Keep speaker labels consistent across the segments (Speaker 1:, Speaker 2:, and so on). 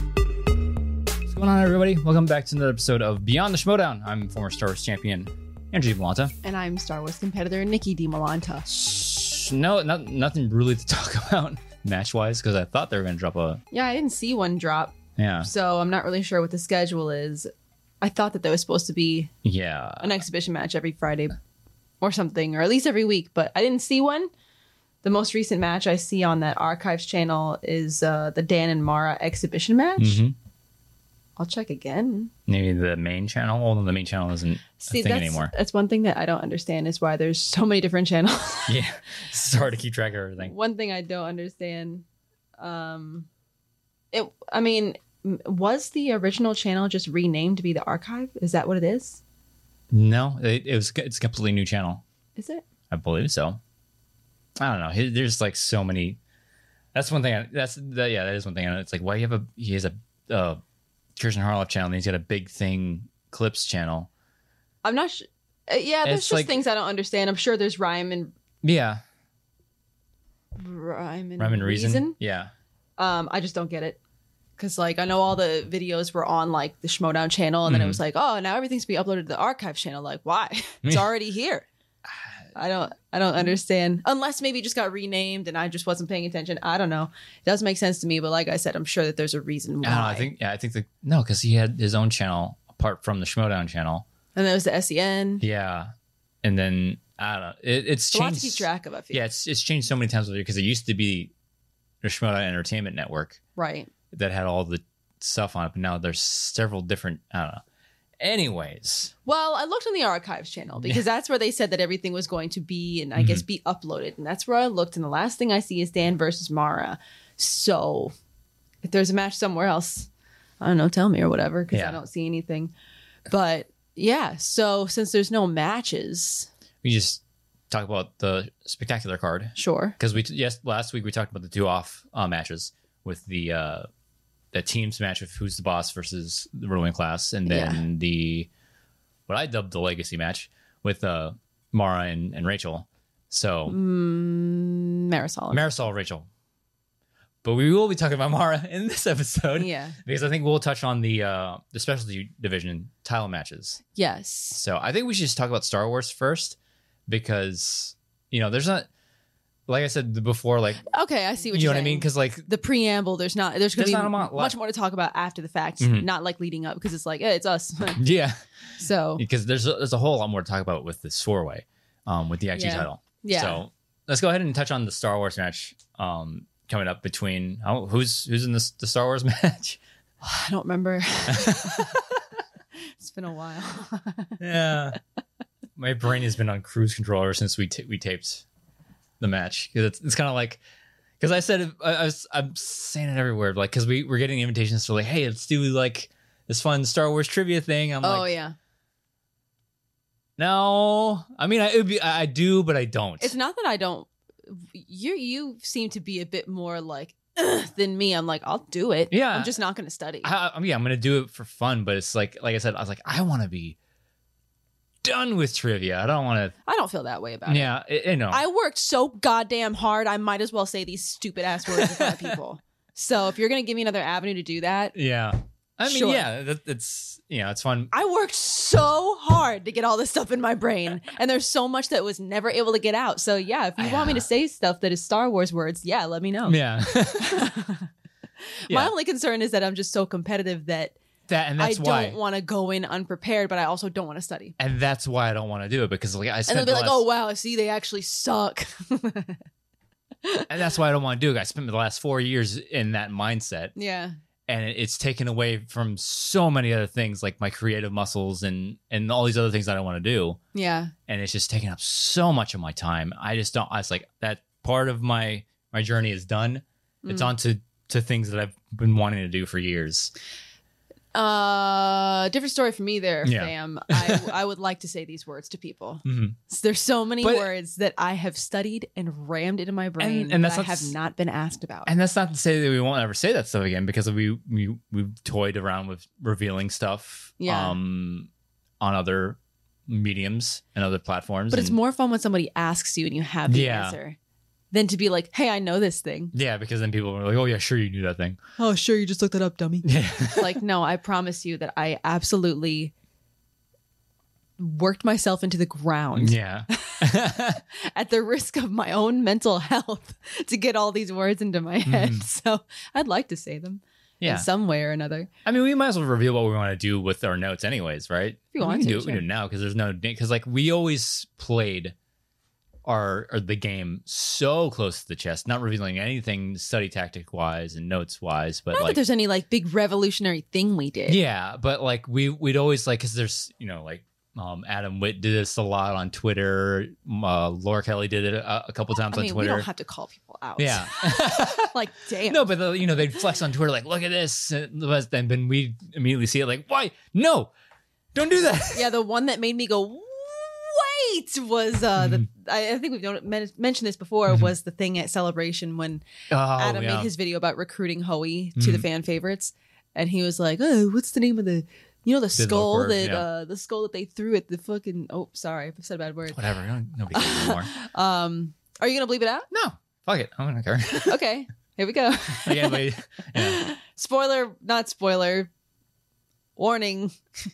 Speaker 1: What's going on, everybody? Welcome back to another episode of Beyond the Schmodown. I'm former Star Wars champion Andrew Valanta.
Speaker 2: And I'm Star Wars competitor Nikki DiMolanta.
Speaker 1: No, not, nothing really to talk about match wise because I thought they were going to drop a
Speaker 2: Yeah, I didn't see one drop,
Speaker 1: yeah,
Speaker 2: so I'm not really sure what the schedule is. I thought that there was supposed to be
Speaker 1: yeah.
Speaker 2: an exhibition match every Friday or something, or at least every week, but I didn't see one. The most recent match I see on that archives channel is uh, the Dan and Mara exhibition match.
Speaker 1: hmm
Speaker 2: I'll check again.
Speaker 1: Maybe the main channel. Although the main channel isn't
Speaker 2: See,
Speaker 1: a thing
Speaker 2: that's,
Speaker 1: anymore.
Speaker 2: that's one thing that I don't understand is why there's so many different channels.
Speaker 1: Yeah, it's hard to keep track of everything.
Speaker 2: One thing I don't understand, um, it. I mean, m- was the original channel just renamed to be the archive? Is that what it is?
Speaker 1: No, it, it was it's a completely new channel.
Speaker 2: Is it?
Speaker 1: I believe so. I don't know. He- There's like so many. That's one thing. I, that's that, yeah. That is one thing. I know. It's like why do you have a he has a uh, Kirsten Harloff channel and he's got a big thing clips channel.
Speaker 2: I'm not. Sh- uh, yeah, there's
Speaker 1: It's
Speaker 2: just
Speaker 1: like-
Speaker 2: things I don't understand. I'm sure there's rhyme and
Speaker 1: Yeah,
Speaker 2: rhyme and,
Speaker 1: rhyme and reason. Yeah,
Speaker 2: Um, I just don't get it. Cause like I know all the videos were on like the Schmodown channel, and then
Speaker 1: Mhm.
Speaker 2: it was like, oh, now everything's being uploaded to the archive channel. Like, why? It's
Speaker 1: Yeah.
Speaker 2: already here. I don't, I don't understand. Unless maybe it just got renamed, and I just wasn't paying attention. I don't know. It does make sense to me, but like I said, I'm sure that there's a reason
Speaker 1: I
Speaker 2: why.
Speaker 1: don't know. I think yeah. I think the no because he had his own channel apart from the Schmodown channel.
Speaker 2: and there was the E Sen.
Speaker 1: Yeah, and then I don't know. It, it's
Speaker 2: It's a lot to keep
Speaker 1: changed.
Speaker 2: track of. I feel.
Speaker 1: Yeah, it's it's changed so many times because it used to be the Schmodown Entertainment Network.
Speaker 2: Right.
Speaker 1: that had all the stuff on it, but now there's several different. I don't know. Anyways,
Speaker 2: Well, I looked on the archives channel because that's where they said that everything was going to be and I
Speaker 1: Mm-hmm.
Speaker 2: guess be uploaded. And that's where I looked. And the last thing I see is Dan versus Mara. So if there's a match somewhere else, I don't know, tell me or whatever because
Speaker 1: Yeah.
Speaker 2: I don't see anything. But yeah, so since there's no matches,
Speaker 1: we just talk about the spectacular card
Speaker 2: sure.
Speaker 1: because we yes last week we talked about the two off uh, matches with the uh the teams match of who's the boss versus the ruling class, and then the what I dubbed the legacy match with uh Mara and, and Rachel. So
Speaker 2: Mm, Marisol.
Speaker 1: Marisol, Rachel. But we will be talking about Mara in this episode
Speaker 2: yeah.
Speaker 1: because I think we'll touch on the uh, the specialty division title matches.
Speaker 2: Yes.
Speaker 1: So I think we should just talk about Star Wars first because you know there's not like I said before like
Speaker 2: Okay, I see
Speaker 1: you
Speaker 2: what
Speaker 1: know
Speaker 2: you're
Speaker 1: what I
Speaker 2: saying.
Speaker 1: mean because like
Speaker 2: the preamble, there's not there's gonna
Speaker 1: There's
Speaker 2: be
Speaker 1: not a lot left.
Speaker 2: much more to talk about after the fact,
Speaker 1: Mhm.
Speaker 2: not like leading up because it's like, eh, it's us.
Speaker 1: yeah
Speaker 2: so
Speaker 1: because there's a, there's a whole lot more to talk about with this four way um with the IG
Speaker 2: Yeah.
Speaker 1: title.
Speaker 2: yeah.
Speaker 1: So let's go ahead and touch on the Star Wars match um coming up between oh, who's who's in this the Star Wars match?
Speaker 2: I don't remember. it's been a while.
Speaker 1: yeah. My brain has been on cruise control ever since we t- we taped the match. 'Cause It's, it's kind of like because I said I, I was, I'm saying it everywhere, like because we we're getting invitations to like, hey, let's do like this fun Star Wars trivia thing. I'm
Speaker 2: oh
Speaker 1: like,
Speaker 2: yeah,
Speaker 1: no, I mean, I it would be, I, I do, but I don't.
Speaker 2: it's not that I don't. You you seem to be a bit more like "Ugh," than me. I'm like I'll do it.
Speaker 1: Yeah.
Speaker 2: I'm just not going to study.
Speaker 1: I, I mean, I'm gonna do it for fun, but it's like like I said, I was like, I want to be done with trivia. I don't want
Speaker 2: I don't feel that way about
Speaker 1: to.
Speaker 2: it.
Speaker 1: Yeah, you know.
Speaker 2: I worked so goddamn hard. I might as well say these stupid ass words in front of people. So if you're going to give me another avenue to do that,
Speaker 1: yeah. I mean,
Speaker 2: Sure.
Speaker 1: yeah, that, that's you know, it's fun.
Speaker 2: I worked so hard to get all this stuff in my brain, and there's so much that was never able to get out. So yeah, if you want me to say stuff that is Star Wars words, yeah, let me know.
Speaker 1: Yeah.
Speaker 2: My
Speaker 1: Yeah.
Speaker 2: only concern is that I'm just so competitive that
Speaker 1: that and
Speaker 2: I
Speaker 1: that's
Speaker 2: don't
Speaker 1: why
Speaker 2: want to go in unprepared, but I also don't want to study.
Speaker 1: and that's why I don't want to do it because like I
Speaker 2: And
Speaker 1: spent
Speaker 2: they'll be
Speaker 1: the
Speaker 2: like,
Speaker 1: last-
Speaker 2: "Oh wow, see, they actually suck." "Oh,
Speaker 1: and that's why I don't want to do it. I spent the last four years in that mindset,
Speaker 2: yeah,
Speaker 1: and it- it's taken away from so many other things like my creative muscles and and all these other things that I want to do,
Speaker 2: yeah,
Speaker 1: and it's just taken up so much of my time. I just don't. I was like that part of my my journey is done. It's
Speaker 2: Mm.
Speaker 1: on to to things that I've been wanting to do for years.
Speaker 2: Uh, different story for me there,
Speaker 1: Yeah.
Speaker 2: fam. I, I would like to say these words to people.
Speaker 1: Mhm.
Speaker 2: There's so many
Speaker 1: But-
Speaker 2: words that I have studied and rammed into my brain,
Speaker 1: and
Speaker 2: that
Speaker 1: that's
Speaker 2: I
Speaker 1: not
Speaker 2: have
Speaker 1: s-
Speaker 2: not been asked about.
Speaker 1: And that's not to say that we won't ever say that stuff again because we we we've toyed around with revealing stuff
Speaker 2: Yeah.
Speaker 1: um on other mediums and other platforms.
Speaker 2: but it's
Speaker 1: and-
Speaker 2: more fun when somebody asks you and you have the
Speaker 1: Mm. Yeah.
Speaker 2: answer. than to be like, hey, I know this thing.
Speaker 1: Yeah, because then people were like, "Oh yeah, sure you knew that thing."
Speaker 2: Oh, sure, you just looked that up, dummy.
Speaker 1: Yeah,
Speaker 2: like, no, I promise you that I absolutely worked myself into the ground
Speaker 1: yeah.
Speaker 2: at the risk of my own mental health to get all these words into my head.
Speaker 1: Mhm.
Speaker 2: So I'd like to say them
Speaker 1: Yeah.
Speaker 2: in some way or another.
Speaker 1: I mean, we might as well reveal what we want to do with our notes, anyways, right?
Speaker 2: you want
Speaker 1: we can
Speaker 2: to,
Speaker 1: do it, we
Speaker 2: sure.
Speaker 1: do it now because there's no because like we always played our, our the game so close to the chest, not revealing anything study tactic wise and notes wise, but
Speaker 2: Not that
Speaker 1: like
Speaker 2: there's any like big revolutionary thing we did.
Speaker 1: yeah, but like we we'd always like because there's you know like. Um, Adam Witt did this a lot on Twitter. Uh, Laura Kelly did it a, a couple times
Speaker 2: I mean,
Speaker 1: on
Speaker 2: we
Speaker 1: Twitter.
Speaker 2: don't have to call people out.
Speaker 1: yeah,
Speaker 2: like, damn.
Speaker 1: No, but the, you know they'd flex on Twitter like, "Look at this," and but then then we immediately see it like, "Why? No, don't do that."
Speaker 2: Yeah, the one that made me go, wait, was uh,
Speaker 1: Mm.
Speaker 2: the, I, I think we've known, men- mentioned this before,
Speaker 1: Mhm.
Speaker 2: was the thing at Celebration when
Speaker 1: Oh,
Speaker 2: Adam
Speaker 1: yeah.
Speaker 2: made his video about recruiting Hoey to the
Speaker 1: Mhm.
Speaker 2: fan favorites, and he was like, "Oh, what's the name of the, you know, the
Speaker 1: little
Speaker 2: skull
Speaker 1: bird,
Speaker 2: that
Speaker 1: yeah.
Speaker 2: uh, the skull that they threw at the fucking oh, sorry, I said a bad word.
Speaker 1: whatever. don't- Nobody cares anymore.
Speaker 2: Um, are you gonna bleep it out?
Speaker 1: no, fuck it. I don't care. Like,
Speaker 2: Okay, here we go.
Speaker 1: anybody- yeah.
Speaker 2: Spoiler, not spoiler. Warning,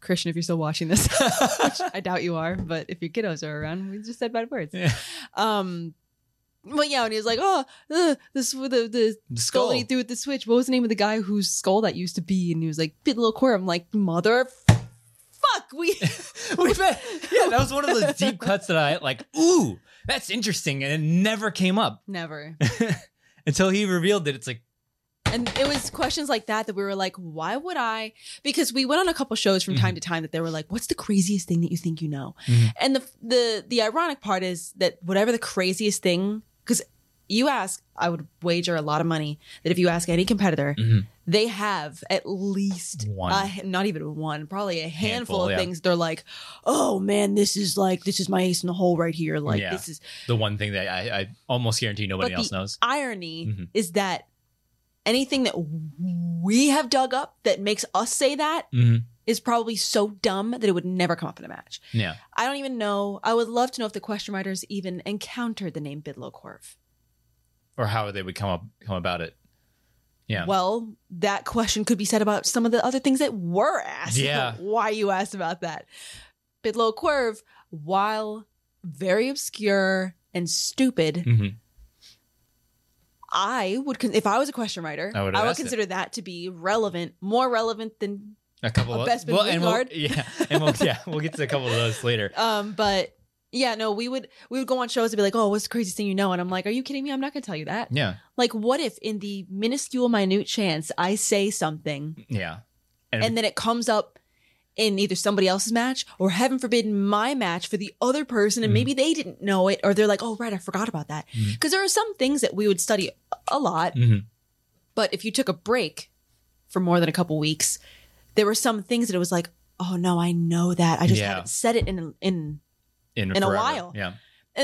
Speaker 2: Christian, if you're still watching this, which I doubt you are, but if your kiddos are around, we just said bad words.
Speaker 1: Yeah.
Speaker 2: Um, but yeah, and he was like, "Oh, uh, this with the the
Speaker 1: The
Speaker 2: skull
Speaker 1: skull.
Speaker 2: that he threw at the switch. What was the name of the guy whose skull that used to be? And he was like, "Bit little queer." I'm like, "Mother, f- fuck, we."
Speaker 1: We met- yeah, that was one of those deep cuts that I like. Ooh, that's interesting, and it never came up
Speaker 2: Never.
Speaker 1: until he revealed it. It's like,
Speaker 2: And it was questions like that that we were like, why would I? Because we went on a couple shows from
Speaker 1: Mm-hmm.
Speaker 2: time to time that they were like, what's the craziest thing that you think you know?
Speaker 1: Mhm.
Speaker 2: And the the the ironic part is that whatever the craziest thing, because you ask, I would wager a lot of money that if you ask any competitor,
Speaker 1: Mhm.
Speaker 2: they have at least
Speaker 1: One.
Speaker 2: a- not even one, probably a handful,
Speaker 1: Handful,
Speaker 2: of
Speaker 1: yeah.
Speaker 2: things. They're like, oh man, this is like this is my ace in the hole right here. Like
Speaker 1: Yeah.
Speaker 2: this is
Speaker 1: the one thing that I, I almost guarantee nobody
Speaker 2: But
Speaker 1: else
Speaker 2: the-
Speaker 1: knows.
Speaker 2: irony
Speaker 1: Mhm.
Speaker 2: is that anything that we have dug up that makes us say that
Speaker 1: hmm
Speaker 2: is probably so dumb that it would never come up in a match.
Speaker 1: Yeah,
Speaker 2: I don't even know. I would love to know if the question writers even encountered the name Bidlocorv.
Speaker 1: or how they would come up come about it. Yeah.
Speaker 2: Well, that question could be said about some of the other things that were asked.
Speaker 1: Yeah.
Speaker 2: why you asked about that. Bidlocorv, while very obscure and stupid,
Speaker 1: hmm
Speaker 2: I would, con- if I was a question writer,
Speaker 1: I
Speaker 2: I would,
Speaker 1: would've asked it.
Speaker 2: consider that to be relevant, more relevant than
Speaker 1: A couple
Speaker 2: A
Speaker 1: of
Speaker 2: best man
Speaker 1: and we'll,
Speaker 2: wingard.
Speaker 1: yeah, and we'll yeah, we'll get to a couple of those later.
Speaker 2: Um, but yeah, no, we would we would go on shows and be like, "Oh, what's the craziest thing you know?" And I'm like, "Are you kidding me? I'm not gonna tell you that."
Speaker 1: Yeah,
Speaker 2: Like, what if in the minuscule, minute chance I say something
Speaker 1: yeah,
Speaker 2: and then it comes up in either somebody else's match or heaven forbid my match for the other person and
Speaker 1: Mhm.
Speaker 2: maybe they didn't know it or they're like, "Oh, right, I forgot about that."
Speaker 1: Mhm.
Speaker 2: Because there are some things that we would study a lot,
Speaker 1: Mhm.
Speaker 2: but if you took a break for more than a couple weeks, there were some things that it was like, "Oh no, I know that. I just
Speaker 1: Yeah.
Speaker 2: haven't said it in in
Speaker 1: in,
Speaker 2: in a
Speaker 1: forever.
Speaker 2: while.
Speaker 1: Yeah,
Speaker 2: And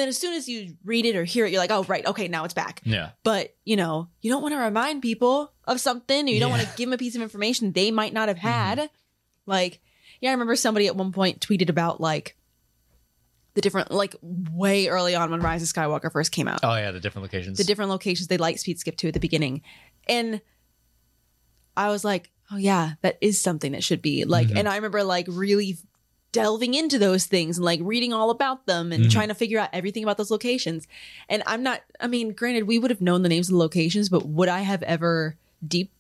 Speaker 2: then as soon as you read it or hear it, you're like, oh, right, okay, now it's back.
Speaker 1: yeah,
Speaker 2: But, you know, you don't want to remind people of something or you don't
Speaker 1: Yeah.
Speaker 2: want to give them a piece of information they might not have had. Like, yeah, I remember somebody at one point tweeted about like the different, like way early on when Rise of Skywalker first came out,
Speaker 1: oh yeah, the different locations.
Speaker 2: the different locations they light speed skip to at the beginning. And I was like, oh, yeah, that is something that should be like,
Speaker 1: Mhm.
Speaker 2: and I remember like really delving into those things and like reading all about them and
Speaker 1: Mhm.
Speaker 2: trying to figure out everything about those locations. And I'm not, I mean, granted, we would have known the names of the locations, but would I have ever deep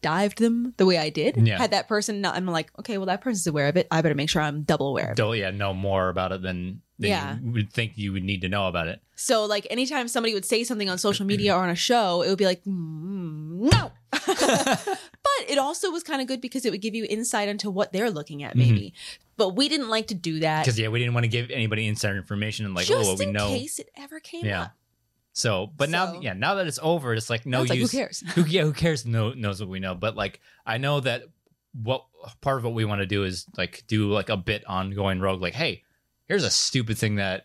Speaker 2: dived them the way I did?
Speaker 1: Yeah.
Speaker 2: Had that person not, I'm like, okay, well, that person's aware of it. I better make sure I'm double aware of it.
Speaker 1: Don't yeah know more about it than, than
Speaker 2: Yeah.
Speaker 1: you would think you would need to know about it.
Speaker 2: So, like, anytime somebody would say something on social media or on a show, it would be like, mm, no. but it also was kind of good because it would give you insight into what they're looking
Speaker 1: Mm-hmm.
Speaker 2: at, maybe. But we didn't like to do that.
Speaker 1: Because yeah, we didn't want to give anybody insider information and like
Speaker 2: just
Speaker 1: oh well, we
Speaker 2: in
Speaker 1: know.
Speaker 2: case it ever came
Speaker 1: Yeah.
Speaker 2: up.
Speaker 1: So, but now
Speaker 2: So-
Speaker 1: yeah, now that it's over, it's like
Speaker 2: No,
Speaker 1: no
Speaker 2: it's like, who
Speaker 1: use.
Speaker 2: cares?
Speaker 1: who yeah who cares no, knows what we know but like i know that what part of what we want to do is like do like a bit ongoing rogue like hey here's a stupid thing that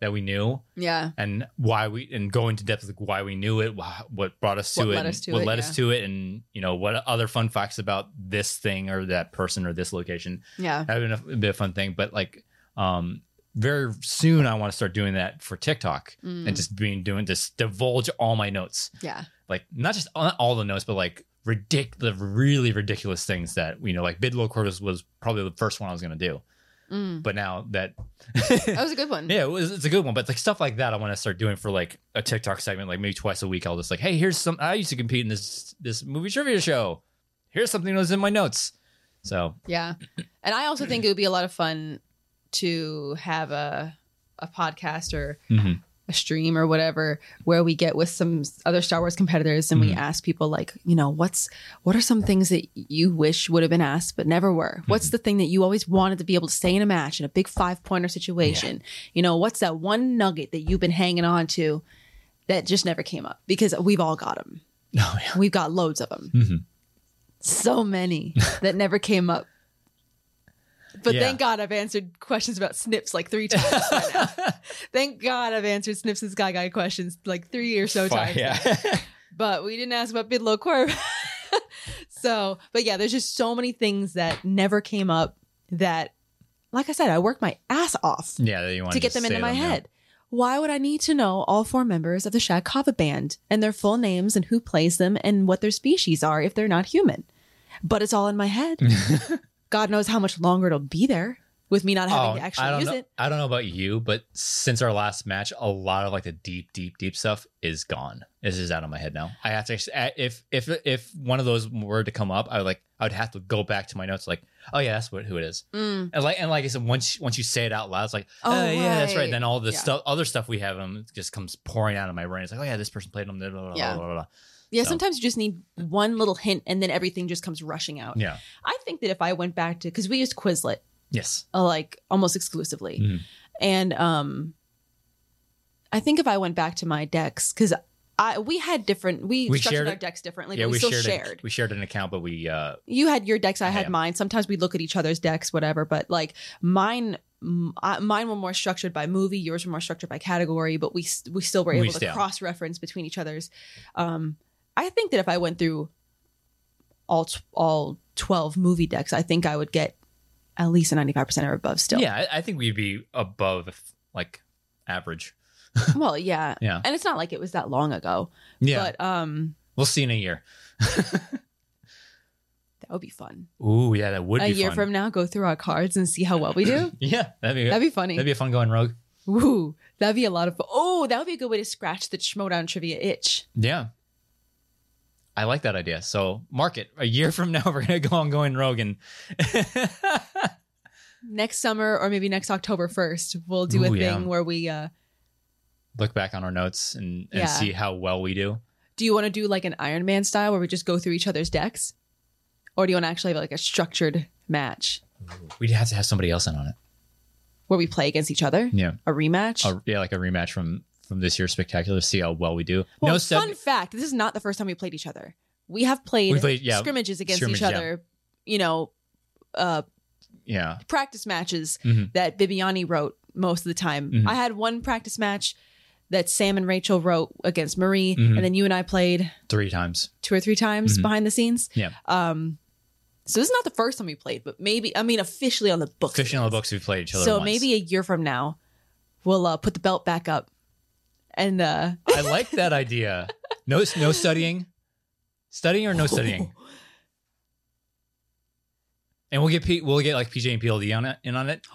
Speaker 1: that we knew
Speaker 2: Yeah.
Speaker 1: and why we and go into depth like why we knew it wh- what brought us to
Speaker 2: What
Speaker 1: it
Speaker 2: led
Speaker 1: and
Speaker 2: us to
Speaker 1: what
Speaker 2: it,
Speaker 1: led
Speaker 2: yeah.
Speaker 1: us to it and you know what other fun facts about this thing or that person or this location
Speaker 2: Yeah.
Speaker 1: that would be a fun thing but like um very soon I want to start doing that for TikTok
Speaker 2: Mm.
Speaker 1: and just being doing just divulge all my notes.
Speaker 2: yeah.
Speaker 1: Like not just not all the notes, but like ridic- the really ridiculous things that you know, like bid low quarters was probably the first one I was gonna do.
Speaker 2: Mm.
Speaker 1: But now that
Speaker 2: That was a good one.
Speaker 1: yeah, it was, it's a good one. But like stuff like that, I want to start doing for like a TikTok segment, like maybe twice a week. I'll just like, hey, here's some. I used to compete in this this movie trivia show. Here's something that was in my notes. So
Speaker 2: Yeah. And I also think it would be a lot of fun to have a a podcast or
Speaker 1: Mhm.
Speaker 2: a stream or whatever where we get with some other Star Wars competitors and we
Speaker 1: Mhm.
Speaker 2: ask people like, you know, what's what are some things that you wish would have been asked but never were? What's the thing that you always wanted to be able to say in a match in a big five-pointer situation? You know, what's that one nugget that you've been hanging on to that just never came up because we've all got them.
Speaker 1: oh, yeah.
Speaker 2: We've got loads of them.
Speaker 1: Mhm.
Speaker 2: So many that never came up. But
Speaker 1: Yeah.
Speaker 2: thank God I've answered questions about snips like three times. by now. thank God I've answered snips and sky guy questions like three or so
Speaker 1: Fine,
Speaker 2: times.
Speaker 1: yeah.
Speaker 2: But we didn't ask about bid low quirp. so, but yeah, there's just so many things that never came up that, like I said, I worked my ass off
Speaker 1: yeah, that you want
Speaker 2: to get them into my head. Why would I need to know all four members of the Shad Kava band and their full names and who plays them and what their species are if they're not human? But it's all in my head. God knows how much longer it'll be there with me not having
Speaker 1: Oh,
Speaker 2: to
Speaker 1: I
Speaker 2: actually
Speaker 1: don't
Speaker 2: use
Speaker 1: know,
Speaker 2: it.
Speaker 1: I don't know about you, but since our last match, a lot of like the deep, deep, deep stuff is gone. It's just out of my head now. I have to if if if one of those were to come up, I would like I would have to go back to my notes, like, oh yeah, that's what who it is.
Speaker 2: Mm.
Speaker 1: And like and like I said, once once you say it out loud, it's like,
Speaker 2: Oh,
Speaker 1: oh, yeah, that's right.
Speaker 2: right.
Speaker 1: Then all the
Speaker 2: Yeah.
Speaker 1: stuff, other stuff we have them just comes pouring out of my brain. It's like, oh yeah, this person played them. Blah, blah, blah,
Speaker 2: Yeah.
Speaker 1: blah, blah, blah.
Speaker 2: Yeah,
Speaker 1: So-
Speaker 2: sometimes you just need one little hint and then everything just comes rushing out.
Speaker 1: yeah.
Speaker 2: I think that if I went back to, because we used Quizlet
Speaker 1: Yes.
Speaker 2: uh, like almost exclusively.
Speaker 1: Mhm.
Speaker 2: And um I think if I went back to my decks cuz I we had different we,
Speaker 1: We
Speaker 2: structured
Speaker 1: shared
Speaker 2: our
Speaker 1: it.
Speaker 2: decks differently,
Speaker 1: yeah,
Speaker 2: but we,
Speaker 1: we,
Speaker 2: still
Speaker 1: shared,
Speaker 2: shared.
Speaker 1: An, we shared an account, but we uh
Speaker 2: You had your decks, I had
Speaker 1: Yeah.
Speaker 2: mine. Sometimes we look at each other's decks whatever, but like mine m- I- mine were more structured by movie, yours were more structured by category, but we s- we still were
Speaker 1: We
Speaker 2: able to
Speaker 1: still-
Speaker 2: cross reference between each other's. Um I think that if I went through all t- all 12 movie decks, I think I would get at least a 95% or above still.
Speaker 1: yeah, I, I think we'd be above like average.
Speaker 2: well yeah
Speaker 1: Yeah.
Speaker 2: and it's not like it was that long ago
Speaker 1: Yeah.
Speaker 2: but um
Speaker 1: we'll see in a year.
Speaker 2: that would be fun
Speaker 1: Ooh, yeah, that would
Speaker 2: a
Speaker 1: be
Speaker 2: year
Speaker 1: fun.
Speaker 2: from now go through our cards and see how well we do
Speaker 1: yeah, that'd be
Speaker 2: that'd
Speaker 1: that'd
Speaker 2: be funny
Speaker 1: be, a fun going rogue.
Speaker 2: Ooh, that'd be a lot of fun oh that would be a good way to scratch the schmodown trivia itch
Speaker 1: Yeah, I like that idea. So mark it. A year from now, we're gonna go on going rogue, and
Speaker 2: next summer or maybe next october 1st we'll do a
Speaker 1: Ooh,
Speaker 2: thing
Speaker 1: yeah.
Speaker 2: where we uh
Speaker 1: look back on our notes and, and
Speaker 2: Yeah.
Speaker 1: see how well we do.
Speaker 2: do you want to do like an iron man style where we just go through each other's decks or do you want to actually have like a structured match
Speaker 1: We'd have to have somebody else in on it.
Speaker 2: where we play against each other
Speaker 1: Yeah,
Speaker 2: a rematch
Speaker 1: a, yeah, like a rematch from from this year's spectacular. See how well we do.
Speaker 2: Well,
Speaker 1: no,
Speaker 2: fun
Speaker 1: seven,
Speaker 2: fact: this is not the first time we played each other. We have played,
Speaker 1: We played- yeah,
Speaker 2: scrimmages against
Speaker 1: scrimmage,
Speaker 2: each other. You know, uh,
Speaker 1: yeah,
Speaker 2: practice matches
Speaker 1: Mhm.
Speaker 2: that Bibiani wrote most of the time.
Speaker 1: Mhm.
Speaker 2: I had one practice match that Sam and Rachel wrote against Marie,
Speaker 1: Mhm.
Speaker 2: and then you and I played
Speaker 1: three times.
Speaker 2: two or three times
Speaker 1: Mhm.
Speaker 2: behind the scenes.
Speaker 1: Yeah.
Speaker 2: Um, so this is not the first time we played, but maybe I mean officially on the books.
Speaker 1: Fishing on the books, we played each other.
Speaker 2: So
Speaker 1: once.
Speaker 2: maybe a year from now, we'll uh, put the belt back up, and uh,
Speaker 1: I like that idea. No, no studying, studying or no studying. And we'll get P- we'll get like PJ and PLD on it in on it.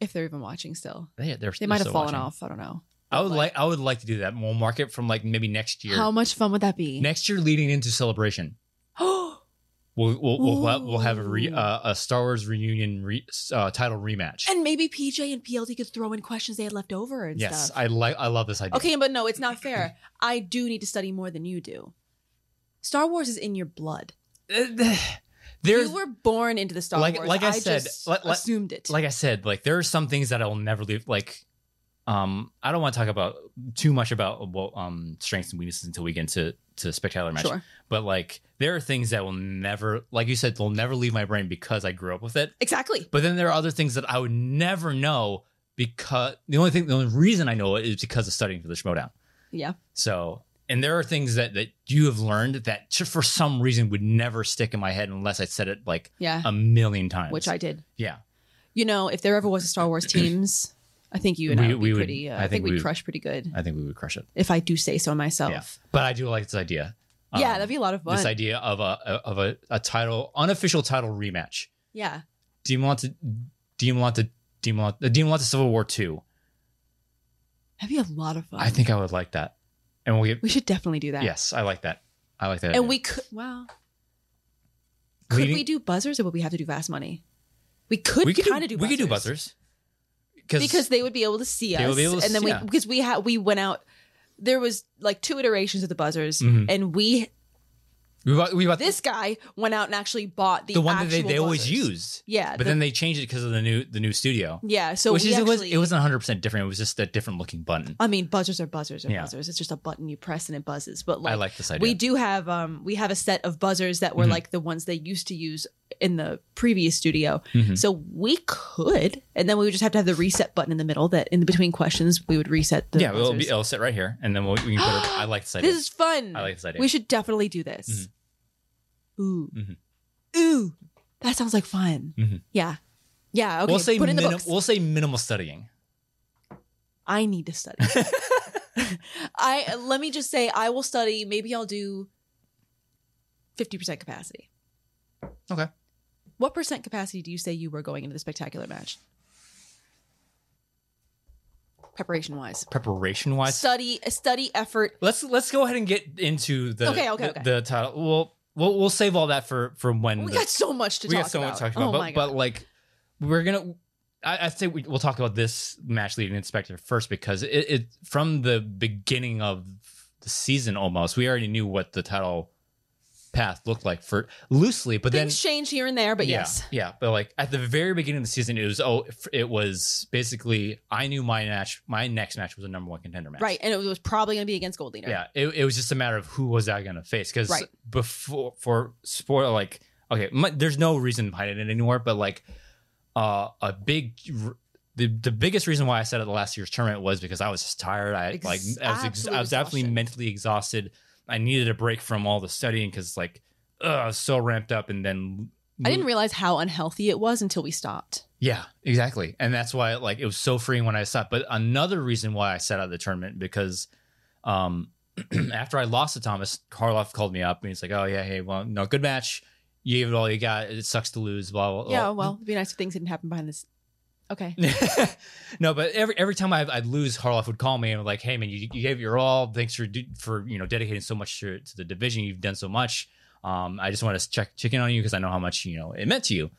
Speaker 2: if they're even watching still.
Speaker 1: They, they're,
Speaker 2: They
Speaker 1: they're
Speaker 2: might have
Speaker 1: still
Speaker 2: fallen
Speaker 1: watching.
Speaker 2: off. I don't know.
Speaker 1: I would
Speaker 2: Like-
Speaker 1: like I would like to do that. We'll mark it from like maybe next year.
Speaker 2: How much fun would that be?
Speaker 1: next year leading into celebration,
Speaker 2: Oh,
Speaker 1: we'll we'll we'll have, we'll have a, re,
Speaker 2: Ooh.
Speaker 1: uh, a Star Wars reunion re, uh, title rematch.
Speaker 2: and maybe PJ and PLD could throw in questions they had left over and
Speaker 1: yes,
Speaker 2: stuff.
Speaker 1: I like I love this idea.
Speaker 2: okay, but no, it's not fair. I do need to study more than you do. Star Wars is in your blood.
Speaker 1: Uh, There's
Speaker 2: you were born into the Star
Speaker 1: Like-
Speaker 2: Wars.
Speaker 1: like I said,
Speaker 2: just
Speaker 1: like- like-
Speaker 2: assumed it.
Speaker 1: like I said, like there are some things that I will never leave. Like, um, I don't want to talk about too much about well, um strengths and weaknesses until we get into to spectacular match.
Speaker 2: sure,
Speaker 1: But like, there are things that will never, like you said, will never leave my brain because I grew up with it.
Speaker 2: exactly.
Speaker 1: But then there are other things that I would never know because the only thing, the only reason I know it is because of studying for the Schmodown.
Speaker 2: Yeah,
Speaker 1: So, and there are things that that you have learned that just for some reason would never stick in my head unless I said it like
Speaker 2: yeah,
Speaker 1: a million times.
Speaker 2: which I did.
Speaker 1: yeah
Speaker 2: You know, if there ever was a Star Wars teams, I think you and
Speaker 1: We-
Speaker 2: I would
Speaker 1: we
Speaker 2: be
Speaker 1: would-
Speaker 2: pretty. uh,
Speaker 1: I
Speaker 2: I, think
Speaker 1: think we
Speaker 2: we'd
Speaker 1: would-
Speaker 2: crush pretty good,
Speaker 1: I think we would crush it.
Speaker 2: if I do say so myself.
Speaker 1: But I do like this idea.
Speaker 2: Yeah,
Speaker 1: Um,
Speaker 2: that'd be a lot of
Speaker 1: this
Speaker 2: fun.
Speaker 1: idea of a of a, a title unofficial title rematch.
Speaker 2: Yeah,
Speaker 1: Do you want to? Do you want to? Do you want? Do you want the Civil War two?
Speaker 2: that'd be a lot of fun.
Speaker 1: I think I would like that. And we
Speaker 2: we should definitely do that.
Speaker 1: yes, I like that. I like that.
Speaker 2: and
Speaker 1: idea.
Speaker 2: we could. Well, could
Speaker 1: Leading-
Speaker 2: we do buzzers, or would we have to do fast money? We could
Speaker 1: we could
Speaker 2: kind of do.
Speaker 1: we could do buzzers
Speaker 2: because they would be able to see
Speaker 1: They would
Speaker 2: us,
Speaker 1: be able to
Speaker 2: and then
Speaker 1: see-
Speaker 2: we
Speaker 1: yeah.
Speaker 2: because we had we went out. There was like two iterations of the buzzers,
Speaker 1: Mhm.
Speaker 2: and we
Speaker 1: we bought, we bought
Speaker 2: this guy went out and actually bought the
Speaker 1: the one that they,
Speaker 2: actual
Speaker 1: they always
Speaker 2: buzzers.
Speaker 1: used,
Speaker 2: Yeah,
Speaker 1: but
Speaker 2: the-
Speaker 1: then they changed it because of the new the new studio,
Speaker 2: yeah. So
Speaker 1: which
Speaker 2: we
Speaker 1: is it was
Speaker 2: actually-
Speaker 1: it wasn't one hundred percent different. It was just a different looking button.
Speaker 2: I mean, buzzers are buzzers are
Speaker 1: Yeah.
Speaker 2: buzzers. It's just a button you press and it buzzes. But like,
Speaker 1: I like this idea.
Speaker 2: we do have um we have a set of buzzers that were
Speaker 1: Mhm.
Speaker 2: like the ones they used to use in the previous studio.
Speaker 1: Mhm.
Speaker 2: So we could, and then we would just have to have the reset button in the middle. That in the between questions we would reset the
Speaker 1: yeah, it'll, be,
Speaker 2: buzzers.
Speaker 1: it'll sit right here, and then we'll, we can put. it, I like this idea.
Speaker 2: this is fun.
Speaker 1: I like this idea.
Speaker 2: We should definitely do this. Ooh,
Speaker 1: Mhm.
Speaker 2: ooh, that sounds like fun.
Speaker 1: Mhm.
Speaker 2: Yeah, yeah. Okay,
Speaker 1: we'll say
Speaker 2: put in the
Speaker 1: minim-
Speaker 2: books.
Speaker 1: we'll say minimal studying.
Speaker 2: I need to study. I let me just say I will study. Maybe I'll do fifty percent capacity.
Speaker 1: Okay.
Speaker 2: What percent capacity do you say you were going into the spectacular match? Preparation wise,
Speaker 1: Preparation wise,
Speaker 2: study study effort.
Speaker 1: let's let's go ahead and get into the
Speaker 2: Okay, okay,
Speaker 1: the,
Speaker 2: okay.
Speaker 1: the title. We'll, we'll we'll save all that for for when
Speaker 2: We
Speaker 1: the-
Speaker 2: got so much to
Speaker 1: we
Speaker 2: talk
Speaker 1: got so
Speaker 2: about.
Speaker 1: much to talk about.
Speaker 2: Oh my
Speaker 1: but,
Speaker 2: god!
Speaker 1: but like we're gonna, I, I say we, we'll talk about this match leading inspector first because it, it from the beginning of the season almost we already knew what the title path looked like for loosely, but then
Speaker 2: Things change here and there, but
Speaker 1: yeah,
Speaker 2: yes,
Speaker 1: yeah. But like at the very beginning of the season, it was oh, it was basically I knew my match, my next match was a number one contender match,
Speaker 2: right. And it was probably going to be against Gold Leader.
Speaker 1: yeah, it, it was just a matter of who was I going to face because
Speaker 2: Right.
Speaker 1: before for spoiler like okay, my, there's no reason behind it anymore, but like uh, a big the the biggest reason why I said it the last year's tournament was because I was just tired. I
Speaker 2: Ex-
Speaker 1: like I was ex-
Speaker 2: absolute
Speaker 1: I was absolutely
Speaker 2: exhaustion.
Speaker 1: mentally exhausted. I needed a break from all the studying because like ugh, I was so ramped up, and then
Speaker 2: I didn't realize how unhealthy it was until we stopped.
Speaker 1: yeah, exactly. And that's why like it was so freeing when I stopped. But another reason why I sat out of the tournament because um after I lost to Thomas, Karloff called me up and he's like, Oh yeah, hey, well, no, good match. You gave it all you got. It sucks to lose, blah blah blah.
Speaker 2: Yeah, well, it'd be nice if things didn't happen behind this. Okay.
Speaker 1: no, but every every time I, I'd lose, Harloff would call me and be like, "Hey man, you, you gave your all. Thanks for do- for you know dedicating so much to, to the division. You've done so much. Um, I just want to check check in on you because I know how much you know it meant to you."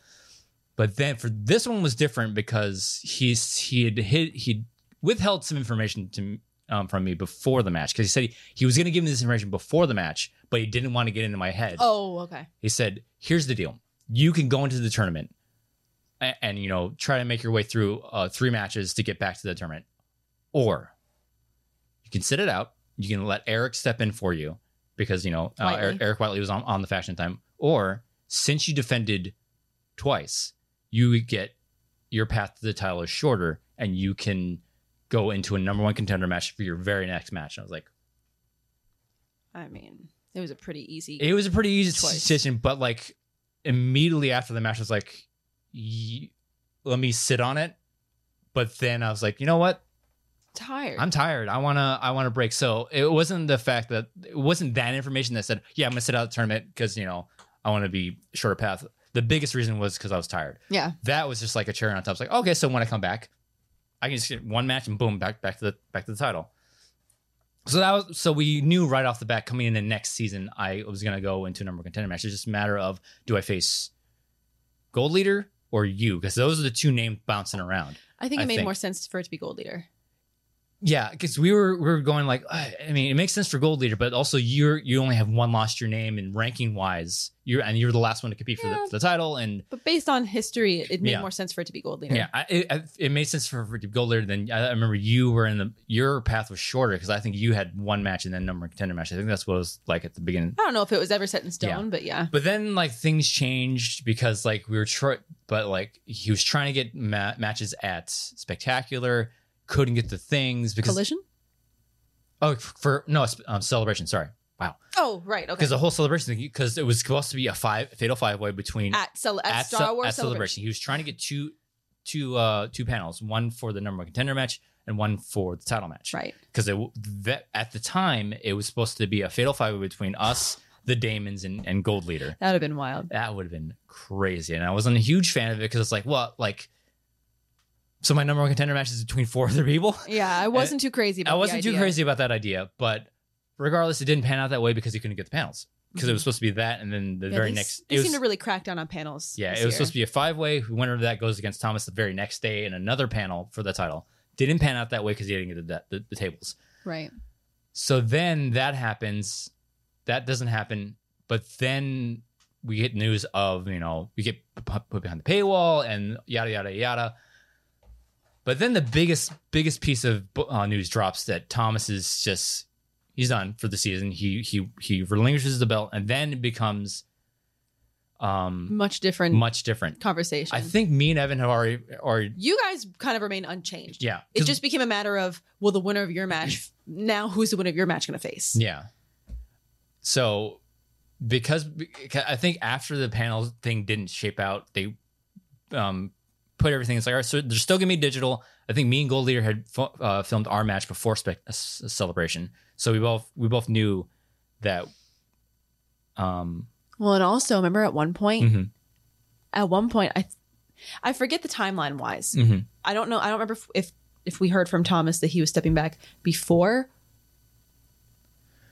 Speaker 1: But then for this one was different because he's he had hit he withheld some information to m- um, from me before the match because he said he, he was going to give me this information before the match, but he didn't want to get into my head.
Speaker 2: Oh, okay.
Speaker 1: He said, "Here's the deal. You can go into the tournament and, and you know try to make your way through uh, three matches to get back to the tournament, or you can sit it out. You can let Eric step in for you because you know uh,
Speaker 2: Whiteley.
Speaker 1: Eric, Eric Whiteley was on, on the faction at the time. Or since you defended twice, you would get your path to the title is shorter, and you can." Go into a number one contender match for your very next match. And I was like,
Speaker 2: I mean, it was a pretty easy.
Speaker 1: It was a pretty easy
Speaker 2: Choice.
Speaker 1: decision, but like immediately after the match, I was like, "Ye- "Let me sit on it." But then I was like, "You know what?
Speaker 2: tired.
Speaker 1: I'm tired. I wanna, I wanna break." So it wasn't the fact that it wasn't that information that said, "Yeah, I'm gonna sit out the tournament because you know I want to be shorter path." The biggest reason was because I was tired.
Speaker 2: yeah.
Speaker 1: That was just like a cherry on top. It's like, okay, so when I come back, I can just get one match and boom, back back to the back to the title. So that was so we knew right off the bat coming into next season I was gonna go into a number of contender matches. It's just a matter of do I face Gold Leader or you? Because those are the two names bouncing around.
Speaker 2: I think it
Speaker 1: I
Speaker 2: made
Speaker 1: think-
Speaker 2: more sense for it to be gold leader.
Speaker 1: Yeah, because we were we were going like I I mean it makes sense for Gold Leader, but also you're you only have one loss to your name and ranking wise you're and you're the last one to compete for,
Speaker 2: Yeah.
Speaker 1: the, for the title and
Speaker 2: But based on history, it made
Speaker 1: Yeah.
Speaker 2: more sense for it to be gold leader.
Speaker 1: Yeah, I, it, I- it made sense for, for to go later than I I remember. You were in the your path was shorter because I think you had one match and then number contender match. I think that's what it was like at the beginning.
Speaker 2: I don't know if it was ever set in stone, but yeah.
Speaker 1: But then like things changed because like we were try, but like he was trying to get ma- matches at spectacular, couldn't get the things because
Speaker 2: Collision?
Speaker 1: oh for no it's, um, celebration. Sorry, wow,
Speaker 2: Oh, right. Okay.
Speaker 1: because the whole celebration because it was supposed to be a five fatal five way between
Speaker 2: At, cel- at,
Speaker 1: at
Speaker 2: Star
Speaker 1: ce-
Speaker 2: Wars
Speaker 1: at
Speaker 2: Celebration.
Speaker 1: He was trying to get two two uh two panels, one for the number one contender match and one for the title match.
Speaker 2: Right.
Speaker 1: Because that at the time it was supposed to be a fatal fight between us, the Damons, and, and Gold Leader.
Speaker 2: That would have been wild.
Speaker 1: That would have been crazy, and I wasn't a huge fan of it because it's like, what, like. So my number one contender match is between four other people.
Speaker 2: Yeah, I wasn't too crazy. About
Speaker 1: I
Speaker 2: the
Speaker 1: wasn't too
Speaker 2: idea.
Speaker 1: crazy about that idea, but regardless, it didn't pan out that way because he couldn't get the panels because it was supposed to be that, and then the
Speaker 2: Mm-hmm. Yeah,
Speaker 1: very
Speaker 2: they, s-
Speaker 1: next.
Speaker 2: They
Speaker 1: it was,
Speaker 2: seem to really crack down on panels.
Speaker 1: yeah,
Speaker 2: this
Speaker 1: it was
Speaker 2: year.
Speaker 1: supposed to be a five way. Winner of that goes against Thomas the very next day in another panel for the title. Didn't pan out that way because he didn't get the, the, the tables.
Speaker 2: right.
Speaker 1: So then that happens. That doesn't happen. But then we get news of, you know, we get pu- put behind the paywall and yada, yada, yada. But then the biggest, biggest piece of uh, news drops that Thomas is just, he's done for the season. He, he, he relinquishes the belt and then it becomes um,
Speaker 2: Much different
Speaker 1: much different.
Speaker 2: conversation.
Speaker 1: I think me and Evan have already, already
Speaker 2: you guys kind of remain unchanged.
Speaker 1: yeah.
Speaker 2: It
Speaker 1: 'Cause-
Speaker 2: just became a matter of well, the winner of your match now who's the winner of your match going to face?
Speaker 1: Yeah. So because beca- I think after the panel thing didn't shape out, they um, put everything. It's like, all right, so they're still gonna be digital. I think me and Gold Leader had fu- uh, filmed our match before spec- uh, s- celebration, so we both we both knew that. Um,
Speaker 2: Well, and also remember at one point,
Speaker 1: Mhm.
Speaker 2: at one point I, I forget the timeline wise.
Speaker 1: Mhm.
Speaker 2: I don't know. I don't remember if, if if we heard from Thomas that he was stepping back before.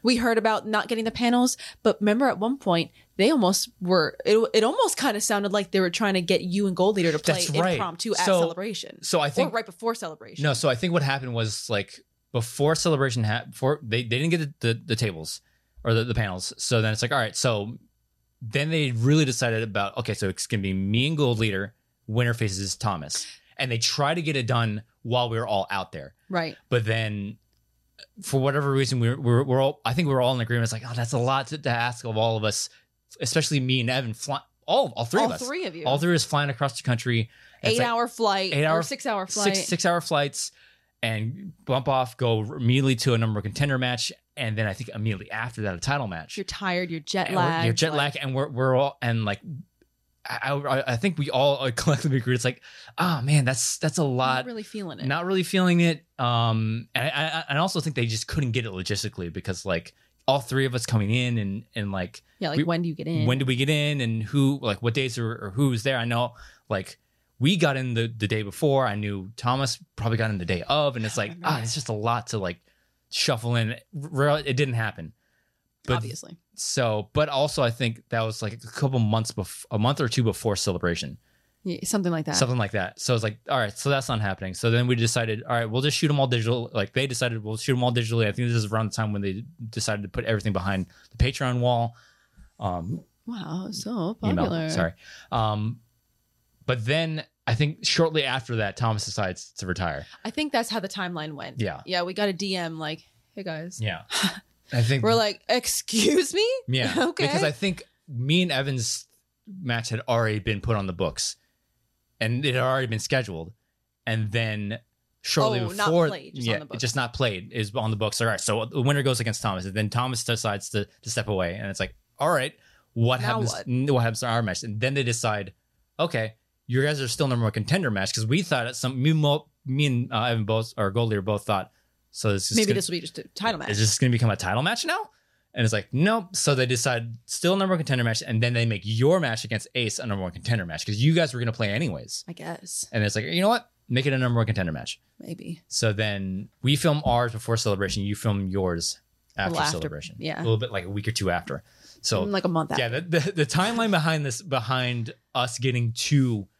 Speaker 2: We heard about not getting the panels, but remember at one point they almost were. It, it almost kind of sounded like they were trying to get you and Gold Leader to play
Speaker 1: That's right.
Speaker 2: impromptu at
Speaker 1: So-
Speaker 2: celebration,
Speaker 1: so I think
Speaker 2: or right before celebration.
Speaker 1: No, so I think what happened was like before celebration ha- before they, they didn't get the, the, the tables or the, the panels. So then it's like, all right, so then they really decided about okay, so it's gonna be me and Gold Leader, winner faces Thomas. And they try to get it done while we were all out there.
Speaker 2: right?
Speaker 1: But then uh, for whatever reason we were, we were, we're all I think we were all in agreement. It's like, oh, that's a lot to, to ask of all of us, especially me and Evan fly, all all three
Speaker 2: All
Speaker 1: of us.
Speaker 2: three of you.
Speaker 1: All three of us flying across the country. And
Speaker 2: eight
Speaker 1: it's like,
Speaker 2: hour flight,
Speaker 1: Eight
Speaker 2: eight
Speaker 1: hour-
Speaker 2: hour, six hour flight.
Speaker 1: six six hour flights and bump off go immediately to a number one contender match and then i think immediately after that a title match
Speaker 2: You're tired. You're jet
Speaker 1: And we're-
Speaker 2: lagged.
Speaker 1: you're jet
Speaker 2: like-
Speaker 1: lag and we're, we're all and like I, I I think we all collectively agreed it's like ah man that's that's a lot
Speaker 2: Not really feeling it.
Speaker 1: not really feeling it um and I, I I also think they just couldn't get it logistically because like all three of us coming in and and like
Speaker 2: yeah, like
Speaker 1: we-
Speaker 2: when do you get in?
Speaker 1: when do we get in and who like what days are, or who's there i know like we got in the, the day before i knew thomas probably got in the day of and it's like
Speaker 2: remember
Speaker 1: ah
Speaker 2: that.
Speaker 1: it's just a lot to like shuffle in Re- it didn't happen but
Speaker 2: obviously,
Speaker 1: so but also i think that was like a couple months before a month or two before celebration
Speaker 2: yeah, something like that.
Speaker 1: something like that so it's like all right so that's not happening so then we decided all right we'll just shoot them all digital like they decided we'll shoot them all digitally i think this is around the time when they decided to put everything behind the patreon wall um
Speaker 2: wow, so
Speaker 1: email.
Speaker 2: popular.
Speaker 1: Sorry. Um, but then I think shortly after that, Thomas decides to retire.
Speaker 2: I think that's how the timeline went.
Speaker 1: Yeah.
Speaker 2: Yeah, we got a DM like, "Hey guys,"
Speaker 1: Yeah. I think.
Speaker 2: we're like, "Excuse me."
Speaker 1: yeah.
Speaker 2: okay.
Speaker 1: Because I think me and Evan's match had already been put on the books and it had already been scheduled. And then shortly
Speaker 2: Oh, not
Speaker 1: before,
Speaker 2: played, just on
Speaker 1: yeah,
Speaker 2: the books.
Speaker 1: just not played is on the books. All right. So the winner goes against Thomas. And then Thomas decides to, to step away. And it's like, all right, what
Speaker 2: Now
Speaker 1: happens?
Speaker 2: what?
Speaker 1: n- What happens to our match? And then they decide, okay, you guys are still number one contender match because we thought at some me, mo- me and uh, Evan both or Gold Leader both thought. So this is
Speaker 2: Maybe
Speaker 1: gonna,
Speaker 2: this will be just a title match.
Speaker 1: is this going to become a title match now? And it's like nope. So they decide still number one contender match, and then they make your match against Ace a number one contender match because you guys were going to play anyways.
Speaker 2: I guess
Speaker 1: And it's like you know what, make it a number one contender match.
Speaker 2: maybe.
Speaker 1: So then we film ours before celebration. You film yours after,
Speaker 2: Well, after-
Speaker 1: celebration.
Speaker 2: yeah.
Speaker 1: a little bit like a week or two after. So
Speaker 2: like a month out.
Speaker 1: yeah, the, the, the timeline behind this, behind us getting to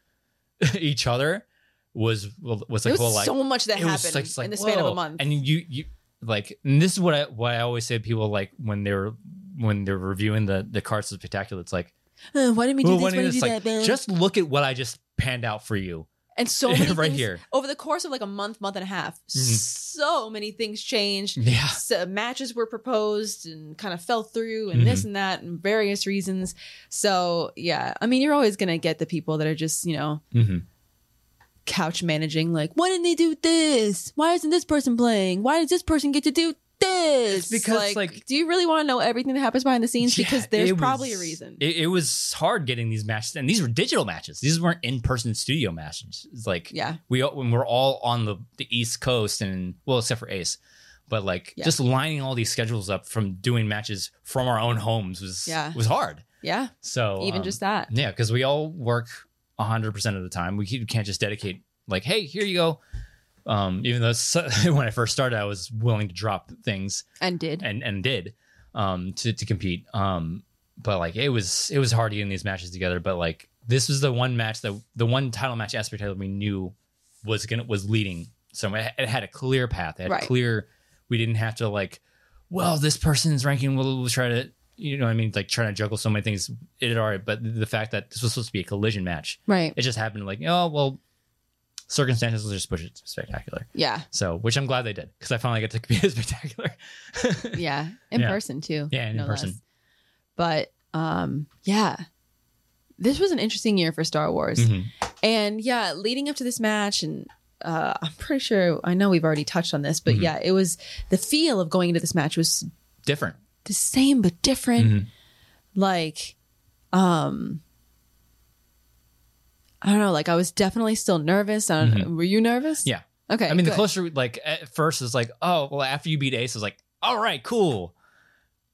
Speaker 1: each other, was was
Speaker 2: There
Speaker 1: like
Speaker 2: was
Speaker 1: well, like
Speaker 2: so much that
Speaker 1: it was
Speaker 2: happened
Speaker 1: like- like,
Speaker 2: in the span of
Speaker 1: whoa.
Speaker 2: a month.
Speaker 1: And you you like and this is what I why I always say to people like when they're when they're reviewing the the cards of spectacular, it's like
Speaker 2: Uh, why didn't we do
Speaker 1: well,
Speaker 2: this?
Speaker 1: when
Speaker 2: Why didn't we
Speaker 1: it's
Speaker 2: do
Speaker 1: like
Speaker 2: that? man?
Speaker 1: just look at what I just panned out for you.
Speaker 2: and so many
Speaker 1: right
Speaker 2: things-
Speaker 1: here.
Speaker 2: over the course of like a month, month and a half.
Speaker 1: Mhm.
Speaker 2: So many things changed.
Speaker 1: Yeah,
Speaker 2: so matches were proposed and kind of fell through and
Speaker 1: Mm-hmm.
Speaker 2: this and that and various reasons. So yeah, I mean, you're always gonna get the people that are just you know
Speaker 1: hmm
Speaker 2: couch managing, like why didn't they do this? Why isn't this person playing? Why does this person get to do this?
Speaker 1: because, like-
Speaker 2: do you really want to know everything that happens behind the scenes?
Speaker 1: Yeah,
Speaker 2: because there's
Speaker 1: it
Speaker 2: probably
Speaker 1: was-
Speaker 2: a reason.
Speaker 1: It, it was hard getting these matches, and these were digital matches. These weren't in person studio matches. It's like
Speaker 2: yeah,
Speaker 1: we all- when we're all on the the East Coast, and well, except for Ace, but like
Speaker 2: Yeah.
Speaker 1: just lining all these schedules up from doing matches from our own homes was
Speaker 2: Yeah.
Speaker 1: was hard.
Speaker 2: yeah.
Speaker 1: So
Speaker 2: Even
Speaker 1: um,
Speaker 2: just that.
Speaker 1: yeah, because we all work hundred percent of the time. We c- can't just dedicate like, hey, here you go. Um, even though so, when I first started, I was willing to drop things
Speaker 2: And did.
Speaker 1: and and did um to to compete um but like it was it was hard getting these matches together but like this was the one match that the one title match aspect that we knew was gonna was leading somewhere it had a clear path it had
Speaker 2: Right.
Speaker 1: clear we didn't have to like well this person's ranking will we'll try to you know what i mean like trying to juggle so many things it had already but the fact that this was supposed to be a collision match
Speaker 2: Right.
Speaker 1: it just happened like oh well circumstances will just push it to spectacular
Speaker 2: Yeah.
Speaker 1: so which i'm glad they did because i finally got to be spectacular
Speaker 2: Yeah. In
Speaker 1: Yeah.
Speaker 2: person too.
Speaker 1: Yeah, in person.
Speaker 2: less. But um, yeah. This was an interesting year for Star Wars.
Speaker 1: Mhm.
Speaker 2: And yeah, leading up to this match, and uh, I'm pretty sure I know we've already touched on this, but
Speaker 1: Mhm.
Speaker 2: yeah, it was the feel of going into this match was
Speaker 1: different.
Speaker 2: the same but different.
Speaker 1: Mhm.
Speaker 2: Like, um, I don't know. Like, I was definitely still nervous. I don't, Were you nervous?
Speaker 1: Mm-hmm. Yeah.
Speaker 2: Okay.
Speaker 1: I mean, the
Speaker 2: good.
Speaker 1: closer, like at first, is like, oh, well, after you beat Ace, it's like, all right, cool,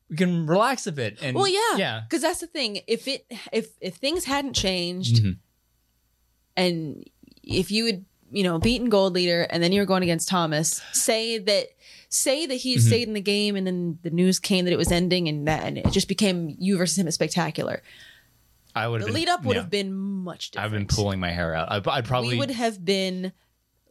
Speaker 1: we can relax a bit. And
Speaker 2: Well, yeah.
Speaker 1: yeah,
Speaker 2: Because that's the thing. If it if if things hadn't changed,
Speaker 1: Mhm.
Speaker 2: and if you had you know beaten gold leader and then you were going against thomas say that say that he had
Speaker 1: Mhm.
Speaker 2: stayed in the game and then the news came that it was ending and that and it just became you versus him at spectacular
Speaker 1: I would.
Speaker 2: the
Speaker 1: been,
Speaker 2: lead up would
Speaker 1: yeah.
Speaker 2: have been much different
Speaker 1: I've been pulling my hair out. I, I'd probably.
Speaker 2: we would have been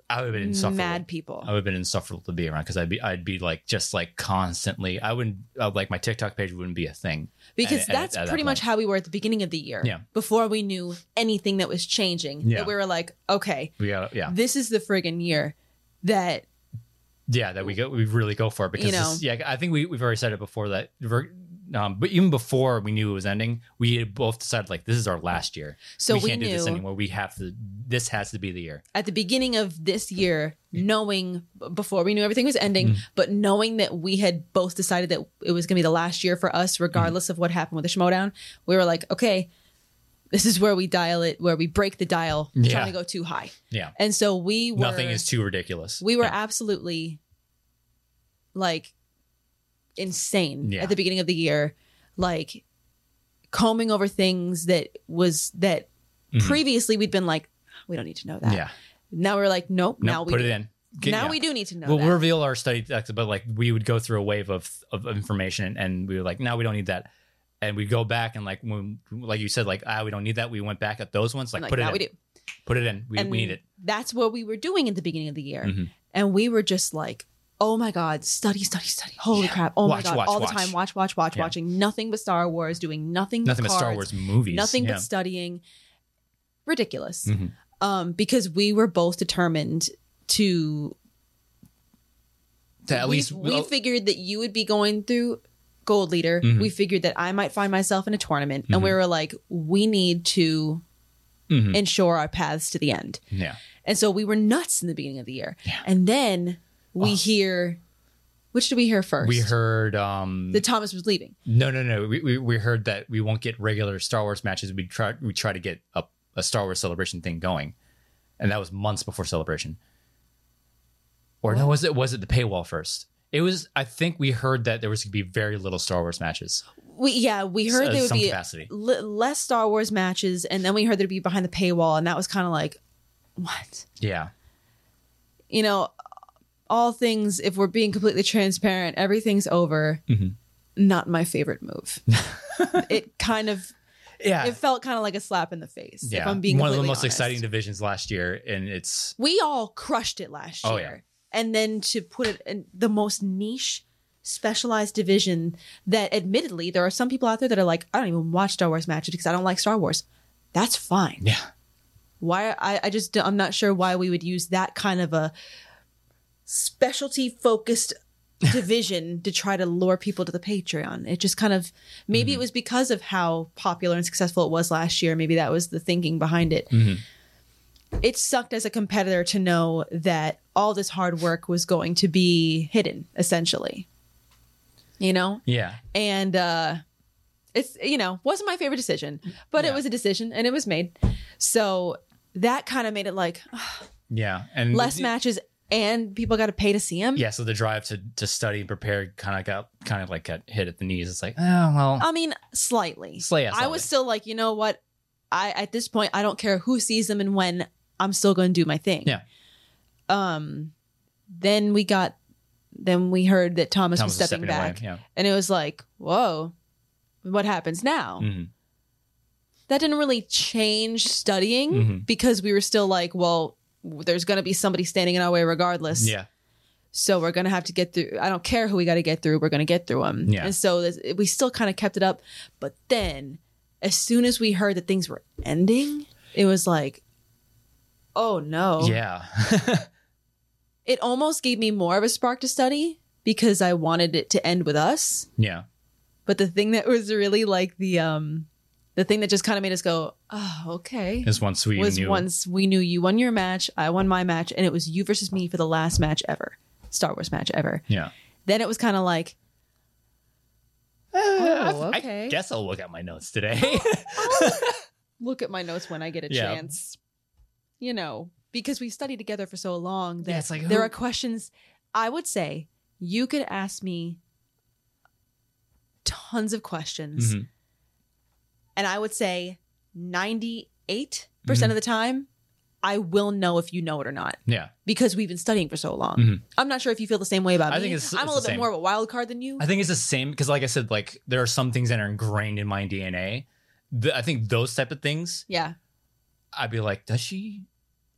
Speaker 1: I would have been insufferable.
Speaker 2: mad people
Speaker 1: I would have been insufferable to be around because I'd be. I'd be like just like constantly. I wouldn't. I, like my TikTok page wouldn't be a thing.
Speaker 2: because
Speaker 1: at- at-
Speaker 2: that's
Speaker 1: at that
Speaker 2: pretty much how we were at the beginning of the year
Speaker 1: Yeah.
Speaker 2: before we knew anything that was changing
Speaker 1: Yeah.
Speaker 2: that we were like okay
Speaker 1: We got yeah
Speaker 2: this is the friggin year that
Speaker 1: yeah that we go we really go for it because
Speaker 2: You know.
Speaker 1: this- yeah I think we we've already said it before that. ver- Um, but even before we knew it was ending, we had both decided like this is our last year.
Speaker 2: so
Speaker 1: we
Speaker 2: we,
Speaker 1: can't
Speaker 2: knew
Speaker 1: do this anymore. We have to. This has to be the year.
Speaker 2: at the beginning of this year,
Speaker 1: Mm.
Speaker 2: knowing b- before we knew everything was ending, but knowing that we had both decided that it was going to be the last year for
Speaker 1: Mm-hmm.
Speaker 2: us, regardless of what happened with the Schmodown, we were like, okay, this is where we dial it, where we break the dial,
Speaker 1: Yeah.
Speaker 2: trying to go too high.
Speaker 1: Yeah.
Speaker 2: And so we were,
Speaker 1: Nothing is too ridiculous.
Speaker 2: we were
Speaker 1: Yeah.
Speaker 2: absolutely like insane
Speaker 1: Yeah.
Speaker 2: at the beginning of the year, like combing over things that was that
Speaker 1: Mhm.
Speaker 2: previously we'd been like, we don't need to know that.
Speaker 1: yeah.
Speaker 2: Now we're like, nope.
Speaker 1: No,
Speaker 2: now we
Speaker 1: put it in. Get-
Speaker 2: now
Speaker 1: yeah.
Speaker 2: we do need to know.
Speaker 1: We'll
Speaker 2: that.
Speaker 1: reveal our study text, but like we would go through a wave of of information, and we were like, no, we don't need that. And we go back and like when, like you said, like ah, we don't need that. We went back at those ones, like,
Speaker 2: And, like,
Speaker 1: put it
Speaker 2: now
Speaker 1: in,
Speaker 2: we do.
Speaker 1: put it in. We,
Speaker 2: And
Speaker 1: we need it.
Speaker 2: That's what we were doing at the beginning of the year,
Speaker 1: Mhm.
Speaker 2: and we were just like, "Oh my god, study, study, study! Holy crap! Oh
Speaker 1: Watch,
Speaker 2: my god!
Speaker 1: watch,
Speaker 2: All
Speaker 1: watch.
Speaker 2: the time, watch, watch, watch,
Speaker 1: Yeah.
Speaker 2: watching nothing but Star Wars, doing nothing,
Speaker 1: Nothing
Speaker 2: but
Speaker 1: but Star Wars
Speaker 2: cards,
Speaker 1: movies.
Speaker 2: nothing
Speaker 1: yeah.
Speaker 2: but studying. Ridiculous.
Speaker 1: Mhm.
Speaker 2: Um, because we were both determined to.
Speaker 1: To at
Speaker 2: we,
Speaker 1: least
Speaker 2: we figured that you would be going through gold leader.
Speaker 1: Mhm.
Speaker 2: We figured that I might find myself in a tournament, and
Speaker 1: Mm-hmm.
Speaker 2: we were like, we need to
Speaker 1: Mhm.
Speaker 2: ensure our paths to the end.
Speaker 1: yeah,
Speaker 2: And so we were nuts in the beginning of the year.
Speaker 1: Yeah. Oh.
Speaker 2: And then we hear, which did we hear first?
Speaker 1: we heard um
Speaker 2: that Thomas was leaving.
Speaker 1: No, no, no. We, we we heard that we won't get regular Star Wars matches. We try we try to get a, a Star Wars celebration thing going, and that was months before celebration. Or no, was it was it the paywall first? It was. I think we heard that there was going to be very little Star Wars matches.
Speaker 2: We yeah, we heard
Speaker 1: uh,
Speaker 2: there would
Speaker 1: some
Speaker 2: be
Speaker 1: capacity.
Speaker 2: le- less Star Wars matches, and then we heard there'd be behind the paywall, and that was kind of like, what?
Speaker 1: Yeah,
Speaker 2: You know, all things. If we're being completely transparent, everything's over.
Speaker 1: Mhm.
Speaker 2: Not my favorite move. it kind of
Speaker 1: yeah,
Speaker 2: it felt kind of like a slap in the face.
Speaker 1: Ah. yeah.
Speaker 2: If I'm being
Speaker 1: one of the
Speaker 2: completely
Speaker 1: most
Speaker 2: honest.
Speaker 1: exciting divisions last year, and it's
Speaker 2: we all crushed it last
Speaker 1: Oh,
Speaker 2: year. And then to put it in the most niche specialized division that admittedly there are some people out there that are like, I don't even watch Star Wars matches because I don't like Star Wars. That's fine.
Speaker 1: yeah,
Speaker 2: Why I, I just I'm not sure why we would use that kind of a specialty focused division to try to lure people to the Patreon. It just kind of maybe
Speaker 1: Mm-hmm.
Speaker 2: it was because of how popular and successful it was last year. Maybe that was the thinking behind it
Speaker 1: Mhm.
Speaker 2: it sucked as a competitor to know that all this hard work was going to be hidden essentially you know?
Speaker 1: Yeah.
Speaker 2: and uh it's you know wasn't my favorite decision but
Speaker 1: Yeah.
Speaker 2: it was a decision and it was made so that kind of made it like
Speaker 1: Mm-hmm. Yeah. And
Speaker 2: less
Speaker 1: the-
Speaker 2: matches and people got to pay to see him
Speaker 1: Yeah. So the drive to to study and prepare kind of got kind of like got hit at the knees. It's like, oh well.
Speaker 2: i mean slightly.
Speaker 1: Slay us,
Speaker 2: Um, i
Speaker 1: Ellie.
Speaker 2: was still like you know what i at this point i don't care who sees them and when i'm still going to do my thing
Speaker 1: Yeah.
Speaker 2: um then we got then we heard that thomas,
Speaker 1: Thomas
Speaker 2: was
Speaker 1: is
Speaker 2: stepping,
Speaker 1: away.
Speaker 2: back and it was like whoa what happens now
Speaker 1: Yeah. Mhm.
Speaker 2: that didn't really change studying
Speaker 1: Mhm.
Speaker 2: because we were still like, well, w- there's going to be somebody standing in our way regardless.
Speaker 1: Yeah.
Speaker 2: So we're going to have to get through. I don't care who we got to get through. We're going to get through them.
Speaker 1: Yeah.
Speaker 2: And so this, it- we still kind of kept it up. But then as soon as we heard that things were ending, it was like, oh no.
Speaker 1: Yeah.
Speaker 2: It almost gave me more of a spark to study because I wanted it to end with us.
Speaker 1: yeah.
Speaker 2: But the thing that was really like the um the thing that just kind of made us go, oh, okay.
Speaker 1: This once we
Speaker 2: was
Speaker 1: knew.
Speaker 2: once we knew you won your match, I won my match, and it was you versus me for the last match ever. Star Wars match ever.
Speaker 1: Yeah.
Speaker 2: Then it was kind of like,
Speaker 1: Oh, I,
Speaker 2: okay. Oh,
Speaker 1: guess I'll look at my notes today.
Speaker 2: look at my notes when I get a
Speaker 1: Yeah.
Speaker 2: chance. You know, because we studied together for so long that
Speaker 1: Yeah, it's like,
Speaker 2: there
Speaker 1: who-
Speaker 2: are questions I would say you could ask me tons of questions.
Speaker 1: Mhm.
Speaker 2: And I would say 98%
Speaker 1: Mhm.
Speaker 2: of the time, I will know if you know it or not
Speaker 1: Mm-hmm. Yeah.
Speaker 2: because we've been studying for so long.
Speaker 1: Mhm.
Speaker 2: I'm not sure if you feel the same way about
Speaker 1: I
Speaker 2: me.
Speaker 1: think it's-
Speaker 2: I'm
Speaker 1: it's
Speaker 2: a
Speaker 1: the
Speaker 2: little bit
Speaker 1: same.
Speaker 2: more of a wild card than you.
Speaker 1: I think it's the same because, like I said, like there are some things that are ingrained in my DNA. Th- I think those type of things,
Speaker 2: yeah.
Speaker 1: I'd be like, does she?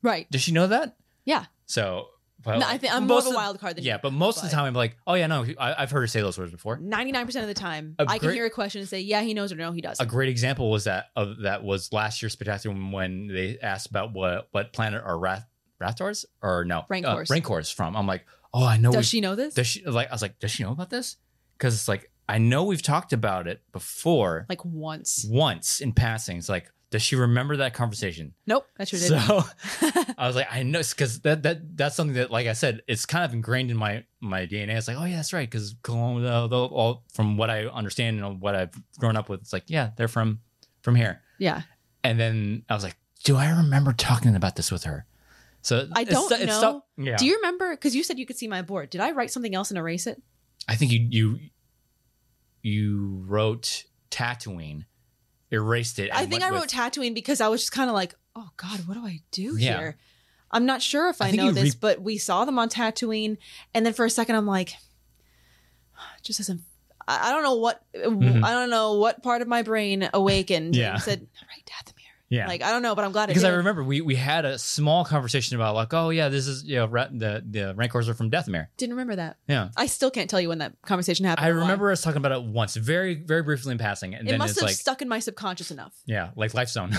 Speaker 2: Right.
Speaker 1: Does she know that?
Speaker 2: Yeah.
Speaker 1: So, but
Speaker 2: no, I think
Speaker 1: most
Speaker 2: I'm more of a
Speaker 1: of-
Speaker 2: wild card than
Speaker 1: yeah, but most of the
Speaker 2: but-
Speaker 1: time I'm like, oh yeah, no, I, I've heard her say those words before.
Speaker 2: you. 99% of the time,
Speaker 1: A
Speaker 2: I can
Speaker 1: great-
Speaker 2: hear a question and say, yeah, he knows or no, he doesn't.
Speaker 1: A great example was that of that was last year's spectacular when they asked about what what planet are Rath Rathars or no
Speaker 2: Rancors.
Speaker 1: uh, Rancors from. I'm like, oh, I know.
Speaker 2: Does
Speaker 1: we've-
Speaker 2: she know this?
Speaker 1: does she like? I was like, does she know about this? Because it's like I know we've talked about it before
Speaker 2: like
Speaker 1: Mm.
Speaker 2: once.
Speaker 1: once in passing. It's like, does she remember that conversation?
Speaker 2: Nope, that sure did.
Speaker 1: So
Speaker 2: not
Speaker 1: I was like, I know, because that that that's something that, like I said, it's kind of ingrained in my my DNA. It's like, oh yeah, that's right, because all from what I understand and what I've grown up with, it's like, yeah, they're from from here.
Speaker 2: yeah.
Speaker 1: And then I was like, do I remember talking about this with her? So
Speaker 2: I
Speaker 1: it's
Speaker 2: don't
Speaker 1: stu- it's
Speaker 2: know.
Speaker 1: stuck- yeah,
Speaker 2: Do you remember? Because you said you could see my board. Did I write something else and erase it?
Speaker 1: I think you you you wrote Tatooine, erased it.
Speaker 2: I
Speaker 1: and
Speaker 2: think I
Speaker 1: went
Speaker 2: wrote
Speaker 1: with-
Speaker 2: Tatooine because I was just kind of like, oh God, what do I do
Speaker 1: Yeah.
Speaker 2: here? I'm not sure if
Speaker 1: I
Speaker 2: I,
Speaker 1: think
Speaker 2: know
Speaker 1: you
Speaker 2: this,
Speaker 1: re-
Speaker 2: but we saw them on Tatooine. And then for a second, I'm like, it just doesn't. I I don't know what
Speaker 1: Mhm.
Speaker 2: I don't know what part of my brain awakened
Speaker 1: Yeah.
Speaker 2: and said, "All right, Dathomir."
Speaker 1: yeah.
Speaker 2: Like I don't know, but I'm glad
Speaker 1: because
Speaker 2: it
Speaker 1: I
Speaker 2: did.
Speaker 1: remember we we had a small conversation about like, oh yeah, this is you know ra- the the rancors are from Deathmere.
Speaker 2: didn't remember that.
Speaker 1: Yeah,
Speaker 2: I still can't tell you when that conversation happened.
Speaker 1: I
Speaker 2: or why.
Speaker 1: remember us talking about it once, very very briefly in passing, and
Speaker 2: It
Speaker 1: then
Speaker 2: must
Speaker 1: it's
Speaker 2: have
Speaker 1: like
Speaker 2: stuck in my subconscious enough.
Speaker 1: yeah, like Life Zone.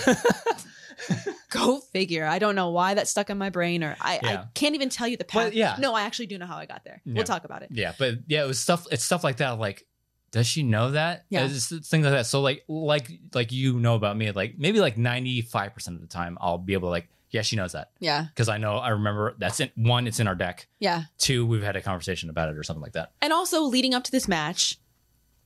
Speaker 2: Go figure. I don't know why that stuck in my brain, or I,
Speaker 1: Yeah.
Speaker 2: I can't even tell you the path.
Speaker 1: But, yeah.
Speaker 2: No, I actually do know how I got there.
Speaker 1: Yeah.
Speaker 2: We'll talk about it.
Speaker 1: yeah, but yeah, it was stuff. It's stuff like that. Like, does she know that?
Speaker 2: Yeah.
Speaker 1: It's just things like that. So like like like you know about me, like maybe like ninety five percent of the time, I'll be able to like, yeah, she knows that
Speaker 2: Yeah.
Speaker 1: because I know I remember that's in one, it's in our deck.
Speaker 2: Yeah.
Speaker 1: Two, we've had a conversation about it or something like that.
Speaker 2: And also leading up to this match,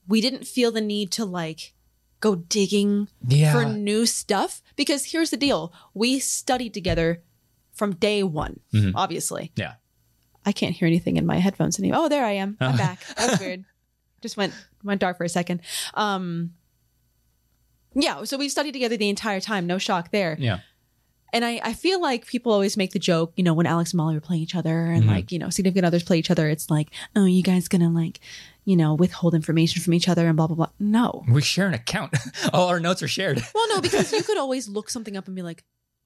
Speaker 2: we didn't feel the need to like go digging
Speaker 1: Yeah,
Speaker 2: for new stuff because here's the deal. We studied together from day one,
Speaker 1: Mhm.
Speaker 2: obviously.
Speaker 1: Yeah.
Speaker 2: I can't hear anything in my headphones anymore. Oh, there I am. I'm
Speaker 1: Oh.
Speaker 2: back. That's weird. Just went went dark for a second. Um yeah, so we've studied together the entire time. No shock there.
Speaker 1: yeah,
Speaker 2: And I, I feel like people always make the joke, you know, when Alex and Molly were playing each other and
Speaker 1: Mhm.
Speaker 2: like, you know, significant others play each other, it's like, oh, you guys gonna like, you know, withhold information from each other and blah, blah, blah. No.
Speaker 1: we share an account. All our notes are shared.
Speaker 2: Well, no, because you could always look something up and be like,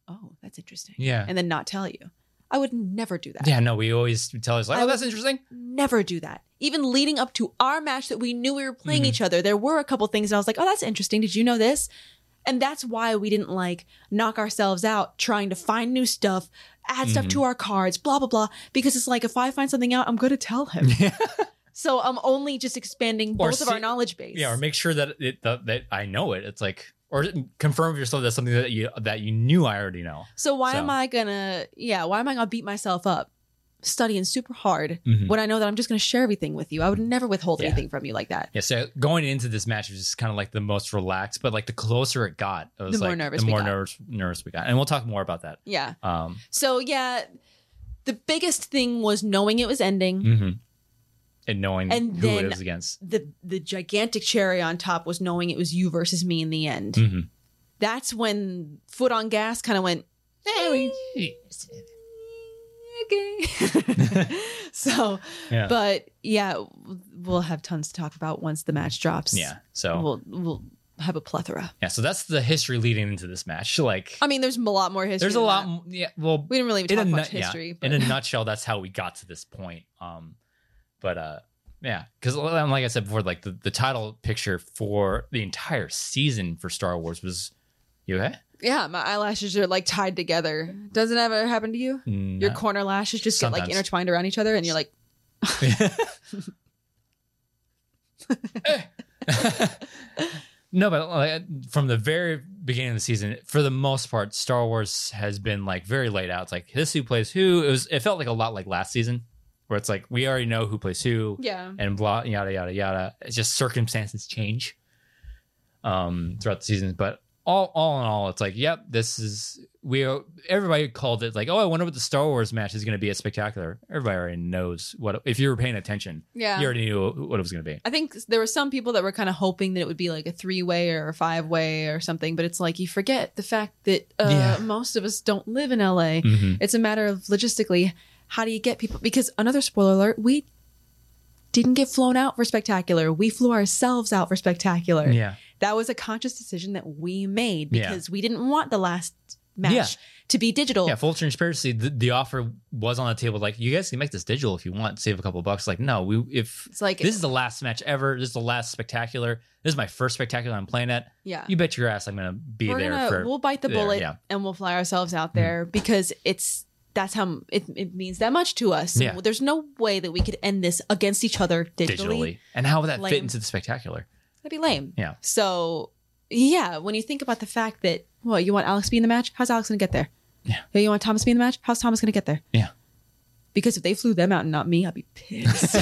Speaker 2: oh, that's interesting.
Speaker 1: Yeah.
Speaker 2: And then not tell you. I would never do that.
Speaker 1: Yeah, no, we always tell us like,
Speaker 2: I
Speaker 1: oh, that's interesting.
Speaker 2: Never do that. Even leading up to our match that we knew we were playing
Speaker 1: Mhm.
Speaker 2: each other, there were a couple things that I was like, oh, that's interesting. Did you know this? And that's why we didn't like knock ourselves out trying to find new stuff, add stuff
Speaker 1: Mhm.
Speaker 2: to our cards, blah, blah, blah. Because it's like, if I find something out, I'm going to tell him. so I'm only just expanding
Speaker 1: Or
Speaker 2: both of our
Speaker 1: see-
Speaker 2: knowledge base.
Speaker 1: yeah, or make sure that it that, that I know it. It's like or confirm with yourself that's something that you that you knew I already know.
Speaker 2: So why
Speaker 1: So-
Speaker 2: am I gonna? Yeah, why am I gonna beat myself up? studying super hard
Speaker 1: Mhm.
Speaker 2: when I know that I'm just going to share everything with you. I would never withhold
Speaker 1: Mm. Yeah.
Speaker 2: anything from you like that.
Speaker 1: Yeah, so going into this match was just kind of like the most relaxed, but like the closer it got, it was
Speaker 2: The more
Speaker 1: like
Speaker 2: nervous
Speaker 1: the
Speaker 2: we
Speaker 1: more
Speaker 2: got.
Speaker 1: nervous nervous we got, and we'll talk more about that.
Speaker 2: Yeah.
Speaker 1: Um,
Speaker 2: So yeah, the biggest thing was knowing it was ending.
Speaker 1: mhm. and knowing
Speaker 2: Mm-hmm. And
Speaker 1: who
Speaker 2: then-
Speaker 1: it was against.
Speaker 2: The the gigantic cherry on top was knowing it was you versus me in the end.
Speaker 1: hmm
Speaker 2: That's when foot on gas kind of went. Hey, okay. so,
Speaker 1: Yeah.
Speaker 2: but yeah, we'll have tons to talk about once the match drops.
Speaker 1: yeah. So
Speaker 2: we'll we'll have a plethora.
Speaker 1: yeah, so that's the history leading into this match. Like,
Speaker 2: I mean, there's a lot more history.
Speaker 1: there's a
Speaker 2: than
Speaker 1: lot.
Speaker 2: that.
Speaker 1: m- Yeah. Well,
Speaker 2: We didn't really
Speaker 1: in
Speaker 2: talk
Speaker 1: a,
Speaker 2: much
Speaker 1: nut- yeah,
Speaker 2: history.
Speaker 1: in
Speaker 2: but-
Speaker 1: a nutshell, that's how we got to this point. Um, but uh, yeah, because like I said before, like the, the title picture for the entire season for Star Wars was you. Hey,
Speaker 2: yeah, my eyelashes are like tied together. Doesn't that ever happen to you?
Speaker 1: Mm,
Speaker 2: Your corner lashes just get like
Speaker 1: Sometimes.
Speaker 2: intertwined around each other, and you're like,
Speaker 1: no, but like, from the very beginning of the season, for the most part, Star Wars has been like very laid out. It's like this who plays who. It was. It felt like a lot like last season, where it's like we already know who plays who,
Speaker 2: yeah,
Speaker 1: and blah yada yada yada. It's just circumstances change, um, throughout the season. But all all in all, it's like, yep, this is we. are- Everybody called it like, oh, I wonder what the Star Wars match is going to be at Spectacular. Everybody already knows what. If you were paying attention,
Speaker 2: yeah.
Speaker 1: you already knew what it was going to be.
Speaker 2: I think there were some people that were kind of hoping that it would be like a three way or a five way or something, but it's like you forget the fact that uh,
Speaker 1: Yeah.
Speaker 2: most of us don't live in LA.
Speaker 1: Mm-hmm.
Speaker 2: It's a matter of logistically, how do you get people? Because another spoiler alert, we didn't get flown out for Spectacular. We flew ourselves out for Spectacular.
Speaker 1: Yeah.
Speaker 2: That was a conscious decision that we made
Speaker 1: Yeah.
Speaker 2: because we didn't want the last match
Speaker 1: Yeah.
Speaker 2: to be digital.
Speaker 1: Yeah, full transparency. The, the offer was on the table. Like, you guys can make this digital if you want, save a couple bucks. Like, no, we if
Speaker 2: It's like,
Speaker 1: this is the last match ever. This is the last spectacular. This is my first spectacular I'm playing at.
Speaker 2: yeah.
Speaker 1: You bet your ass I'm gonna be
Speaker 2: We're
Speaker 1: there
Speaker 2: gonna,
Speaker 1: for.
Speaker 2: we'll bite the
Speaker 1: there,
Speaker 2: bullet
Speaker 1: yeah. Mm.
Speaker 2: and we'll fly ourselves out there because it's that's how it, it means that much to us.
Speaker 1: Yeah.
Speaker 2: There's no way that we could end this against each other digitally.
Speaker 1: digitally. And how would that
Speaker 2: Lame.
Speaker 1: fit into the spectacular?
Speaker 2: That'd be lame.
Speaker 1: Yeah.
Speaker 2: So yeah, when you think about the fact that well, you want Alex to be in the match, how's Alex gonna get there?
Speaker 1: Yeah.
Speaker 2: Hey, you want Thomas to be in the match? How's Thomas gonna get there?
Speaker 1: Yeah.
Speaker 2: Because if they flew them out and not me, I'd be pissed.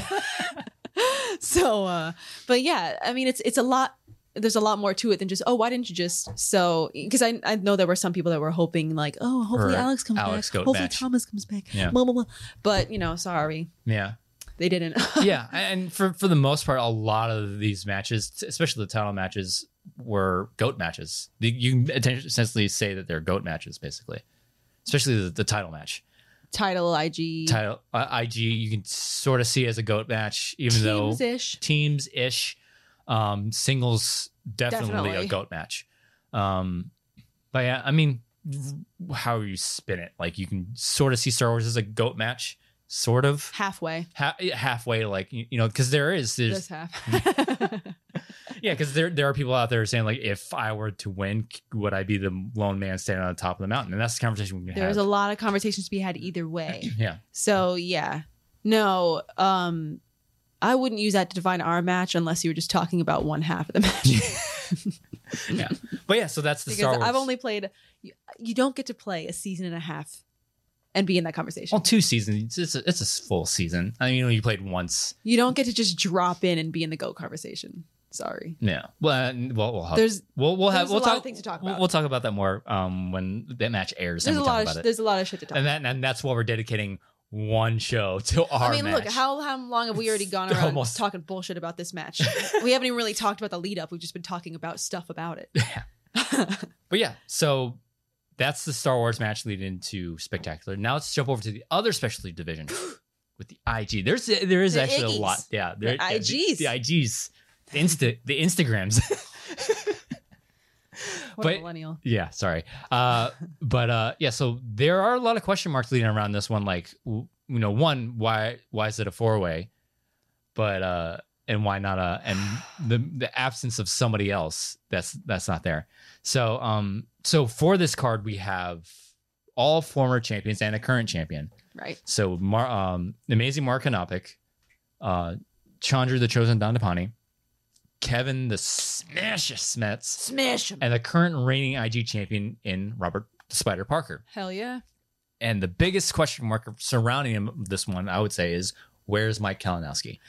Speaker 2: so uh but yeah, I mean it's it's a lot there's a lot more to it than just oh why didn't you just so because I, I know there were some people that were hoping like oh hopefully
Speaker 1: Or
Speaker 2: Alex comes
Speaker 1: Alex
Speaker 2: back
Speaker 1: goat
Speaker 2: hopefully
Speaker 1: match.
Speaker 2: Thomas comes back
Speaker 1: Yeah.
Speaker 2: blah, blah, blah. but you know sorry
Speaker 1: Yeah.
Speaker 2: they didn't
Speaker 1: yeah, and for for the most part, a lot of these matches, especially the title matches, were goat matches. You- You can atten- essentially say that they're goat matches, basically, especially the, the title match.
Speaker 2: title IG
Speaker 1: Title uh, IG, you can sort of see as a goat match, even though
Speaker 2: teams ish
Speaker 1: teams ish, um, singles definitely,
Speaker 2: Definitely.
Speaker 1: a goat match. Um, but yeah, I mean, how you spin it, like you can sort of see Star Wars as a goat match, sort of.
Speaker 2: halfway
Speaker 1: Ha- halfway, like you, you know, because there is there's
Speaker 2: this half.
Speaker 1: Yeah, because there there are people out there saying like, if I were to win, would I be the lone man standing on the top of the mountain? And that's the conversation we can
Speaker 2: There's a
Speaker 1: have.
Speaker 2: lot of conversations to be had either way.
Speaker 1: yeah,
Speaker 2: So yeah, no, um, I wouldn't use that to define our match unless you were just talking about one half of the match.
Speaker 1: yeah. But yeah, so that's the Star
Speaker 2: because
Speaker 1: Wars.
Speaker 2: I've only played. You, you don't get to play a season and a half and be in that conversation.
Speaker 1: well two seasons. It's a, it's a full season. I mean, you know, you played once.
Speaker 2: You don't get to just drop in and be in the go conversation. Sorry.
Speaker 1: Yeah. Well, and- well, we'll have,
Speaker 2: There's
Speaker 1: Uh, we'll, we'll have
Speaker 2: there's a
Speaker 1: we'll
Speaker 2: lot
Speaker 1: talk
Speaker 2: of things to talk
Speaker 1: we'll-
Speaker 2: about.
Speaker 1: We'll talk about that more um when that match airs
Speaker 2: there's
Speaker 1: and
Speaker 2: a
Speaker 1: we talk
Speaker 2: lot of
Speaker 1: about
Speaker 2: sh-
Speaker 1: it.
Speaker 2: there's a lot of shit to talk.
Speaker 1: And
Speaker 2: about.
Speaker 1: that and that's what we're dedicating one show to our
Speaker 2: I mean,
Speaker 1: match.
Speaker 2: look, how, how long have we already gone
Speaker 1: It's
Speaker 2: around
Speaker 1: almost-
Speaker 2: talking bullshit about this match? we haven't even really talked about the lead up. We've just been talking about stuff about it.
Speaker 1: But yeah, so that's the Star Wars match leading into Spectacular. Now let's jump over to the other specialty division with the IG. There's there is
Speaker 2: The
Speaker 1: actually
Speaker 2: Iggies.
Speaker 1: a lot. Yeah, there,
Speaker 2: The
Speaker 1: yeah,
Speaker 2: IGs.
Speaker 1: the, the IGs, the Insta, the Instagrams.
Speaker 2: What a
Speaker 1: But-
Speaker 2: millennial.
Speaker 1: yeah, sorry. Uh, but uh, yeah, so there are a lot of question marks leading around this one. Like, w- you know, one why why is it a four way? But uh, and why not a and the the absence of somebody else that's that's not there. So um, so for this card we have all former champions and a current champion.
Speaker 2: Right.
Speaker 1: So Mar- um, amazing Mark Hanopic, uh, Chandra the Chosen Dandapani, Kevin the Smash Smets
Speaker 2: Smash him.
Speaker 1: and the current reigning IG champion in Robert Spider Parker.
Speaker 2: Hell yeah.
Speaker 1: And the biggest question mark surrounding him, this one, I would say, is where's Mike Kalinowski?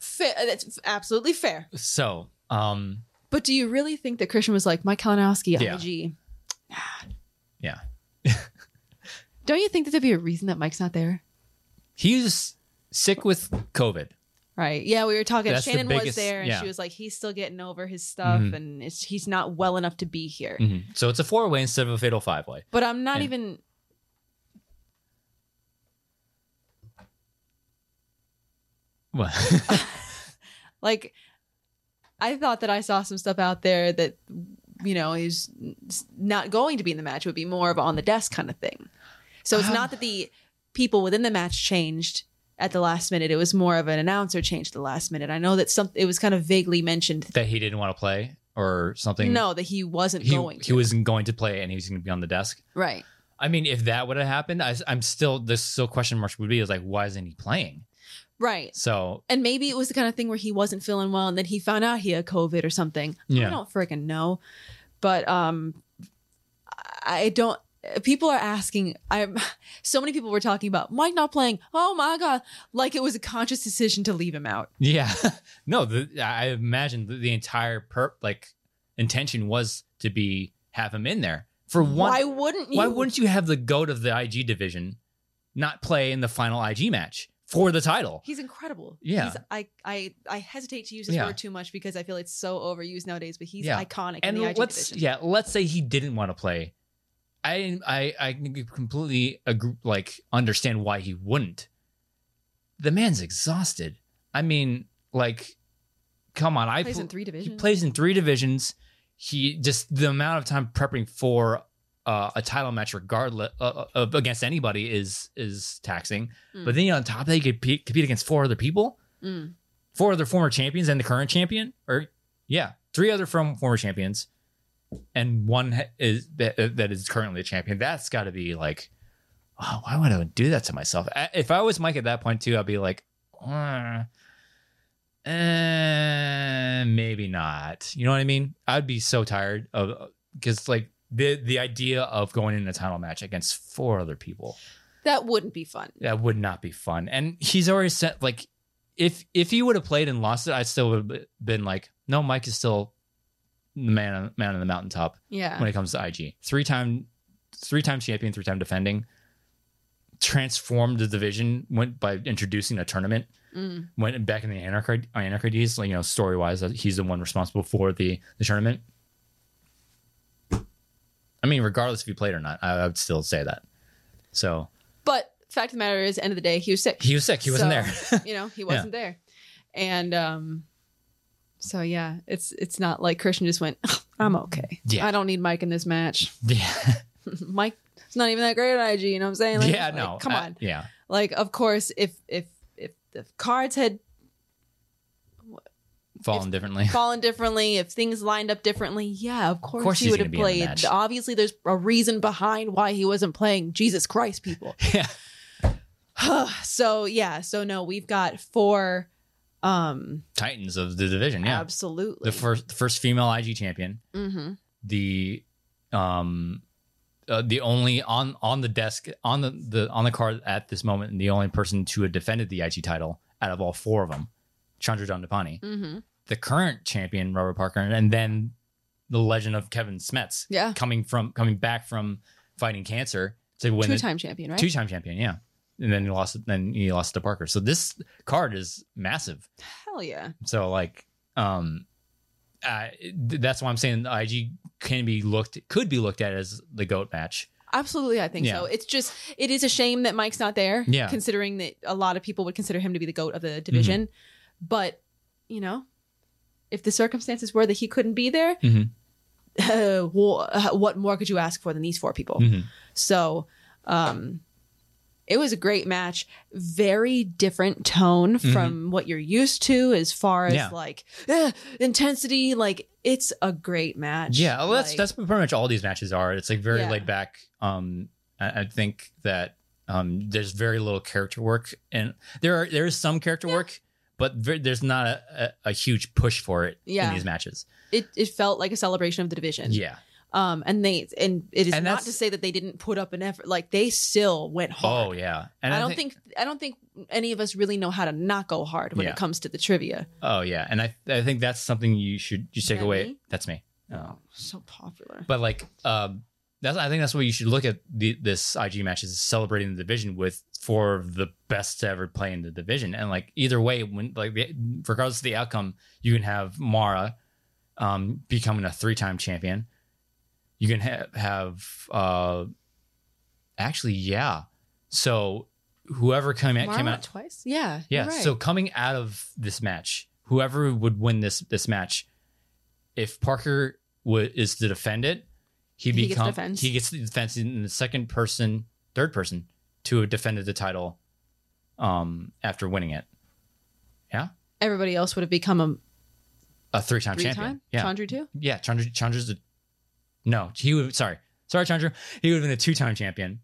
Speaker 2: Fair, that's absolutely fair.
Speaker 1: So, um,
Speaker 2: But do you really think that Christian was like, Mike Kalinowski,
Speaker 1: Yeah.
Speaker 2: IG?
Speaker 1: yeah,
Speaker 2: Don't you think that there'd be a reason that Mike's not there?
Speaker 1: he's sick with COVID.
Speaker 2: Right. Yeah, we were talking.
Speaker 1: That's the
Speaker 2: Shannon was
Speaker 1: biggest-
Speaker 2: there, and
Speaker 1: yeah.
Speaker 2: she was like, "He's still getting over his stuff,
Speaker 1: Mhm.
Speaker 2: and it's, he's not well enough to be here."
Speaker 1: Mhm. So it's a four way instead of a fatal five way.
Speaker 2: But I'm not
Speaker 1: And-
Speaker 2: even.
Speaker 1: Well,
Speaker 2: like I thought that I saw some stuff out there that you know is not going to be in the match. It would be more of on the desk kind of thing. So it's
Speaker 1: Um.
Speaker 2: not that the people within the match changed at the last minute. It was more of an announcer change at the last minute. I know that some it was kind of vaguely mentioned.
Speaker 1: that he didn't want to play or something.
Speaker 2: no, that he wasn't
Speaker 1: he,
Speaker 2: going. To.
Speaker 1: he wasn't going to play and he was going to be on the desk.
Speaker 2: right.
Speaker 1: I mean, if that would have happened, I, am still there's still question marks would be is like why isn't he playing?
Speaker 2: Right.
Speaker 1: So
Speaker 2: And maybe it was the kind of thing where he wasn't feeling well, and then he found out he had COVID or something. I
Speaker 1: Yeah.
Speaker 2: don't freaking know. But um, I don't. People are asking. I'm so many people were talking about Mike not playing. Oh my god! Like it was a conscious decision to leave him out.
Speaker 1: yeah, no, the, I imagine the, the entire perp like intention was to be have him in there for one.
Speaker 2: why wouldn't you?
Speaker 1: why wouldn't you have the goat of the IG division not play in the final IG match for the title?
Speaker 2: He's incredible.
Speaker 1: Yeah.
Speaker 2: He's, I I I hesitate to use this
Speaker 1: Yeah.
Speaker 2: word too much because I feel it's so overused nowadays. But he's
Speaker 1: Yeah.
Speaker 2: iconic
Speaker 1: and
Speaker 2: in the IG
Speaker 1: let's
Speaker 2: division.
Speaker 1: yeah, let's say he didn't want to play. I I I can completely agree, like understand why he wouldn't. The man's exhausted. I mean, like, come on. I
Speaker 2: Plays
Speaker 1: pl-
Speaker 2: in three
Speaker 1: he
Speaker 2: divisions.
Speaker 1: plays in three divisions. He just the amount of time prepping for uh, a title match, regardless uh, uh, against anybody, is is taxing.
Speaker 2: Mm.
Speaker 1: But then on top of that, you could pe- compete against four other people
Speaker 2: Mm.
Speaker 1: four other former champions and the current champion, or yeah, three other from former champions, and one ha- is that, uh, that is currently a champion. That's got to be like, oh, why would I do that to myself? I, if I was Mike at that point too, I'd be like, uh, eh, maybe not. You know what I mean? I'd be so tired of because like the the idea of going in a title match against four other people
Speaker 2: That wouldn't be fun.
Speaker 1: that would not be fun. And he's already said like if if he would have played and lost it, I still would have been like, no, Mike is still the man on, man on the mountaintop
Speaker 2: Yeah.
Speaker 1: when it comes to IG. Three time three time champion, three time defending. Transformed the division went by introducing a tournament.
Speaker 2: Mm.
Speaker 1: Went back in the anarchy anarchies, like you know, story wise, he's the one responsible for the the tournament. I mean, regardless if he played or not, I, I would still say that. So
Speaker 2: But fact of the matter is, end of the day, he was sick.
Speaker 1: he was sick. He wasn't there.
Speaker 2: So, you know, he wasn't there. And um so yeah, it's it's not like Christian just went, I'm okay.
Speaker 1: Yeah.
Speaker 2: I don't need Mike in this match.
Speaker 1: Yeah.
Speaker 2: Mike it's not even that great at IG, you know what I'm saying? Like,
Speaker 1: yeah,
Speaker 2: like,
Speaker 1: no.
Speaker 2: Come
Speaker 1: uh,
Speaker 2: on.
Speaker 1: yeah.
Speaker 2: Like of course if if if the cards had
Speaker 1: Falling differently.
Speaker 2: fallen differently, if things lined up differently, yeah, of course,
Speaker 1: course
Speaker 2: he
Speaker 1: he's
Speaker 2: would
Speaker 1: gonna
Speaker 2: have
Speaker 1: be in the
Speaker 2: played.
Speaker 1: match.
Speaker 2: Obviously there's a reason behind why he wasn't playing. Jesus Christ, people.
Speaker 1: Yeah.
Speaker 2: so yeah, so no, we've got four um
Speaker 1: Titans of the division. Yeah.
Speaker 2: absolutely.
Speaker 1: The first the first female IG champion.
Speaker 2: mm-hmm.
Speaker 1: The um uh, the only on on the desk on the, the on the card at this moment and the only person to have defended the IG title out of all four of them, Chandra Dandapani,
Speaker 2: Mm-hmm.
Speaker 1: the current champion Robert Parker, and then the legend of Kevin Smets
Speaker 2: Yeah.
Speaker 1: coming from coming back from fighting cancer to win
Speaker 2: Two
Speaker 1: the
Speaker 2: time champion, right?
Speaker 1: two time champion, yeah. And then he lost. Then he lost to Parker. So this card is massive.
Speaker 2: Hell yeah.
Speaker 1: So like, um, uh, th- that's why I'm saying the IG can be looked could be looked at as the goat match.
Speaker 2: Absolutely, I think
Speaker 1: Yeah.
Speaker 2: so. It's just it is a shame that Mike's not there.
Speaker 1: Yeah.
Speaker 2: Considering that a lot of people would consider him to be the goat of the division.
Speaker 1: Mm-hmm.
Speaker 2: But, you know, if the circumstances were that he couldn't be there,
Speaker 1: Mhm.
Speaker 2: uh, wha- uh, what more could you ask for than these four people?
Speaker 1: Mhm.
Speaker 2: So um it was a great match. Very different tone from what you're used to as far as
Speaker 1: Mm-hmm. Yeah.
Speaker 2: like eh, intensity. Like it's a great match.
Speaker 1: Yeah, well, that's
Speaker 2: Like,
Speaker 1: that's pretty much all these matches are. It's like very
Speaker 2: Yeah.
Speaker 1: laid back. Um, I, I think that um, there's very little character work, and there are there is some character work, but ver- there's not a, a, a huge push for it
Speaker 2: Yeah.
Speaker 1: in these matches.
Speaker 2: it, it felt like a celebration of the division.
Speaker 1: Yeah,
Speaker 2: Um, and they and it is
Speaker 1: And
Speaker 2: not
Speaker 1: that's-
Speaker 2: to say that they didn't put up an effort. Like they still went hard.
Speaker 1: Oh yeah, and
Speaker 2: I, don't think, I don't think any of us really know how to not go hard when
Speaker 1: Yeah.
Speaker 2: it comes to the trivia.
Speaker 1: Oh yeah, and I I think that's something you should you take
Speaker 2: that
Speaker 1: away.
Speaker 2: me?
Speaker 1: That's me. Oh.
Speaker 2: So popular.
Speaker 1: But like, um, that's I think that's what you should look at the, this IG match is celebrating the division with four of the best to ever play in the division, and like either way, when like the- regardless of the outcome, you can have Mara um, becoming a three time champion. You can ha- have uh, actually yeah, so whoever came out
Speaker 2: Mara
Speaker 1: came
Speaker 2: went
Speaker 1: out
Speaker 2: twice. Yeah.
Speaker 1: yeah.
Speaker 2: you're right.
Speaker 1: So coming out of this match, whoever would win this this match, if Parker wa is to defend it, he,
Speaker 2: He gets
Speaker 1: becomes
Speaker 2: defense.
Speaker 1: he gets the defense in the second person, third person to have defended the title, um, after winning it,
Speaker 2: everybody else would have become a
Speaker 1: a three time
Speaker 2: three
Speaker 1: champion.
Speaker 2: time.
Speaker 1: Yeah,
Speaker 2: Chandra too.
Speaker 1: yeah. Chandra Chandra's a, no. He would sorry sorry Chandra. He would have been a two time champion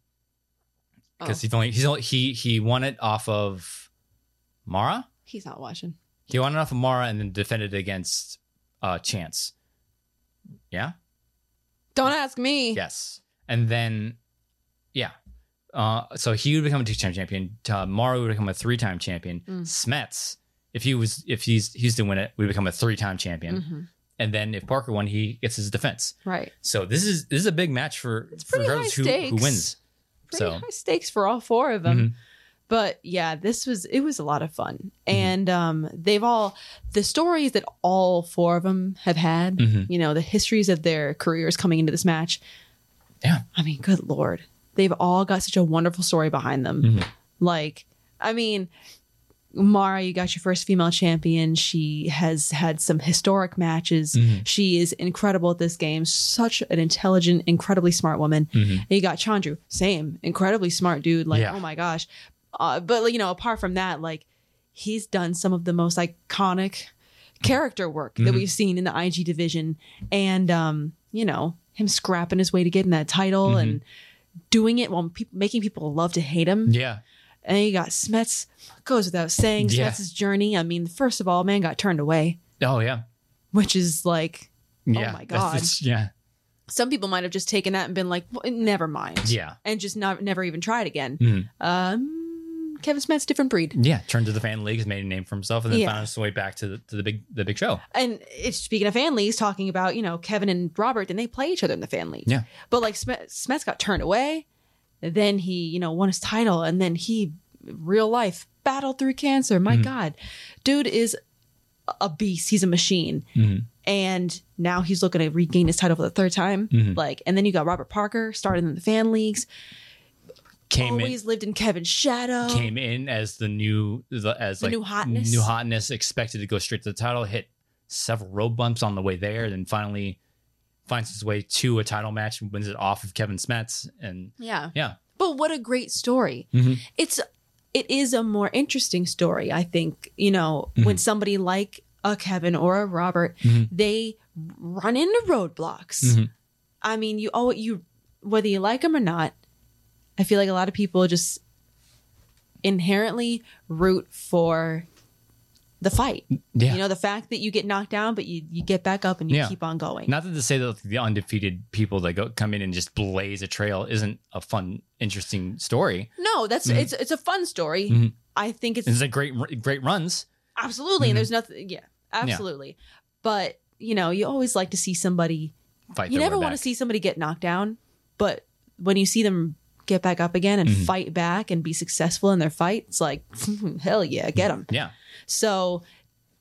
Speaker 1: because
Speaker 2: Oh,
Speaker 1: he's only he's only he he won it off of Mara.
Speaker 2: he's not watching.
Speaker 1: He won it off of Mara and then defended it against uh, Chance. Yeah.
Speaker 2: Don't ask me.
Speaker 1: Yes. And then, yeah. Uh, so he would become a two-time champion. Uh, Mara would become a three-time champion.
Speaker 2: Mm.
Speaker 1: Smets, if he was, if he's he's to win it, would become a three-time champion.
Speaker 2: Mhm.
Speaker 1: And then if Parker won, he gets his defense.
Speaker 2: Right.
Speaker 1: So this is this is a big match for
Speaker 2: It's pretty
Speaker 1: regardless
Speaker 2: high
Speaker 1: who, who
Speaker 2: stakes.
Speaker 1: wins.
Speaker 2: Pretty
Speaker 1: So- Mm-hmm.
Speaker 2: high stakes for all four of them. But yeah, this was it was a lot of fun, and um, they've all the stories that all four of them have had.
Speaker 1: Mhm.
Speaker 2: You know, the histories of their careers coming into this match.
Speaker 1: Yeah.
Speaker 2: I mean, good lord, they've all got such a wonderful story behind them.
Speaker 1: Mhm.
Speaker 2: Like, I mean, Mara, you got your first female champion. She has had some historic matches.
Speaker 1: Mhm.
Speaker 2: She is incredible at this game. Such an intelligent, incredibly smart woman.
Speaker 1: Mhm.
Speaker 2: And you got Chandru, same, incredibly smart dude. Like,
Speaker 1: Yeah.
Speaker 2: oh my gosh. Uh, but like, you know, apart from that, like he's done some of the most iconic character work that
Speaker 1: Mhm.
Speaker 2: we've seen in the IG division, and um, you know, him scrapping his way to getting that title
Speaker 1: Mhm.
Speaker 2: and doing it while peop making people love to hate him.
Speaker 1: Yeah.
Speaker 2: And you got Smets goes without saying.
Speaker 1: Yeah.
Speaker 2: Smets' journey. I mean, first of all, man got turned away,
Speaker 1: Oh yeah.
Speaker 2: which is like
Speaker 1: Yeah.
Speaker 2: Oh my
Speaker 1: That's-
Speaker 2: God.
Speaker 1: it's- yeah.
Speaker 2: some people might have just taken that and been like, well, never mind,
Speaker 1: Yeah.
Speaker 2: and just not never even tried again.
Speaker 1: Mhm.
Speaker 2: Um, Kevin Smets different breed,
Speaker 1: Yeah. Turned to the fan leagues, made a name for himself, and then
Speaker 2: Yeah.
Speaker 1: found his way back to the to the big the big show.
Speaker 2: and it's speaking of fan leagues, talking about you know Kevin and Robert, and they play each other in the fan league.
Speaker 1: Yeah.
Speaker 2: but like Sm- Smets got turned away, then he you know won his title, and then he real life battled through cancer. My
Speaker 1: Mhm.
Speaker 2: God, dude is a beast. He's a machine.
Speaker 1: Mhm.
Speaker 2: and now he's looking to regain his title for the third time.
Speaker 1: Mhm.
Speaker 2: Like, and then you got Robert Parker starting in the fan leagues.
Speaker 1: Came in.
Speaker 2: always lived in Kevin's shadow.
Speaker 1: came in as the new the, as
Speaker 2: The
Speaker 1: like
Speaker 2: new hotness.
Speaker 1: new hotness, expected to go straight to the title, hit several road bumps on the way there, then finally finds his way to a title match and wins it off of Kevin Smets. And
Speaker 2: yeah,
Speaker 1: yeah,
Speaker 2: but what a great story!
Speaker 1: Mhm.
Speaker 2: It's it is a more interesting story, I think. You know,
Speaker 1: Mm-hmm.
Speaker 2: when somebody like a Kevin or a Robert,
Speaker 1: Mhm.
Speaker 2: they run into roadblocks.
Speaker 1: Mhm.
Speaker 2: I mean, you all you whether you like them or not, I feel like a lot of people just inherently root for the fight.
Speaker 1: yeah.
Speaker 2: You know, the fact that you get knocked down, but you, you get back up and you
Speaker 1: Yeah.
Speaker 2: keep on going.
Speaker 1: Not to say that the undefeated people that go come in and just blaze a trail isn't a fun, interesting story.
Speaker 2: no, that's
Speaker 1: Mhm.
Speaker 2: it's it's a fun story.
Speaker 1: Mhm.
Speaker 2: I think it's
Speaker 1: It's like great, great runs.
Speaker 2: absolutely
Speaker 1: Mhm.
Speaker 2: and there's nothing yeah, absolutely. But, you know, you always like to see somebody
Speaker 1: Fight.
Speaker 2: you
Speaker 1: their
Speaker 2: never
Speaker 1: way
Speaker 2: want to
Speaker 1: back.
Speaker 2: see somebody get knocked down, but when you see them get back up again and
Speaker 1: Mhm.
Speaker 2: fight back and be successful in their fight, it's like hell yeah, get them.
Speaker 1: Yeah.
Speaker 2: So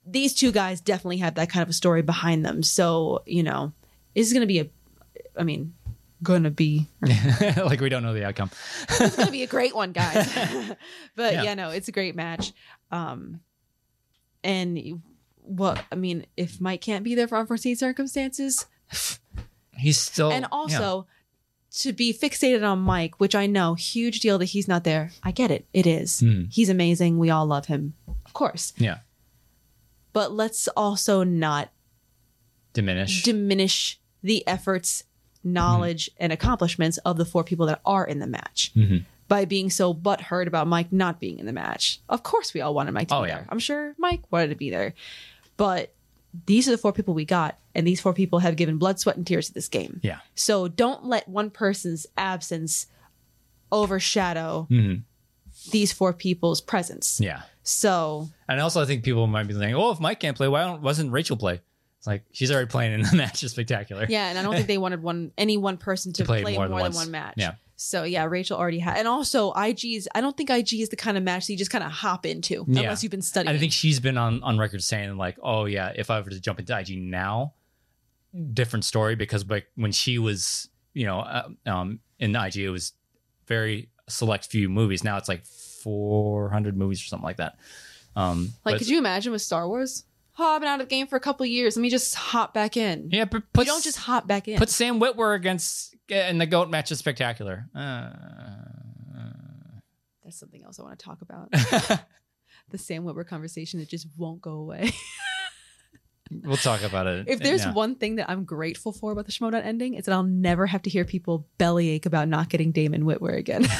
Speaker 2: these two guys definitely have that kind of a story behind them. So, you know, this is going to be a I mean, going to be
Speaker 1: like we don't know the outcome.
Speaker 2: it's gonna be a great one, guys. but
Speaker 1: Yeah.
Speaker 2: yeah. no, it's a great match. Um, and what I mean, if Mike can't be there for unforeseen circumstances,
Speaker 1: He's still
Speaker 2: and
Speaker 1: Oh, yeah.
Speaker 2: also to be fixated on Mike, which I know huge deal that he's not there. I get it. It is.
Speaker 1: Mm.
Speaker 2: He's amazing. We all love him, of course.
Speaker 1: Yeah.
Speaker 2: But let's also not
Speaker 1: diminish.
Speaker 2: diminish the efforts, knowledge, and accomplishments of the four people that are in the match
Speaker 1: Mhm.
Speaker 2: by being so butthurt about Mike not being in the match. Of course, we all wanted Mike to
Speaker 1: Oh,
Speaker 2: be
Speaker 1: yeah.
Speaker 2: there. I'm sure Mike wanted to be there. But these are the four people we got, and these four people have given blood, sweat, and tears to this game.
Speaker 1: Yeah.
Speaker 2: So don't let one person's absence overshadow
Speaker 1: Mhm.
Speaker 2: these four people's presence.
Speaker 1: Yeah.
Speaker 2: So
Speaker 1: And also, I think people might be saying, "Oh, if Mike can't play, why don't, wasn't Rachel play?" It's like she's already playing in the match. Is spectacular.
Speaker 2: yeah, and I don't think they wanted one any one person to, play, more, than,
Speaker 1: once.
Speaker 2: one match.
Speaker 1: Yeah.
Speaker 2: So yeah, Rachel already had, and also IG's. I don't think IG is the kind of match that you just kind of hop into
Speaker 1: Yeah.
Speaker 2: unless you've been
Speaker 1: And
Speaker 2: studying.
Speaker 1: I think she's been on on record saying like, "Oh yeah, if I were to jump into IG now, different story because like when she was, you know, uh, um, in IG it was very select few movies. Now it's like 400 movies or something like that. Um,
Speaker 2: like,
Speaker 1: but-
Speaker 2: could you imagine with Star Wars? Oh, I've been out of the game for a couple of years. Let me just hop back in.
Speaker 1: yeah, but put
Speaker 2: you don't just hop back in.
Speaker 1: put Sam Witwer against uh, and the goat match is spectacular. Uh,
Speaker 2: That's something else I want to talk about. the Sam Witwer conversation that just won't go away.
Speaker 1: we'll talk about it.
Speaker 2: if there's
Speaker 1: Uh, yeah.
Speaker 2: one thing that I'm grateful for about the Shmodown ending, it's that I'll never have to hear people bellyache about not getting Damon Witwer again.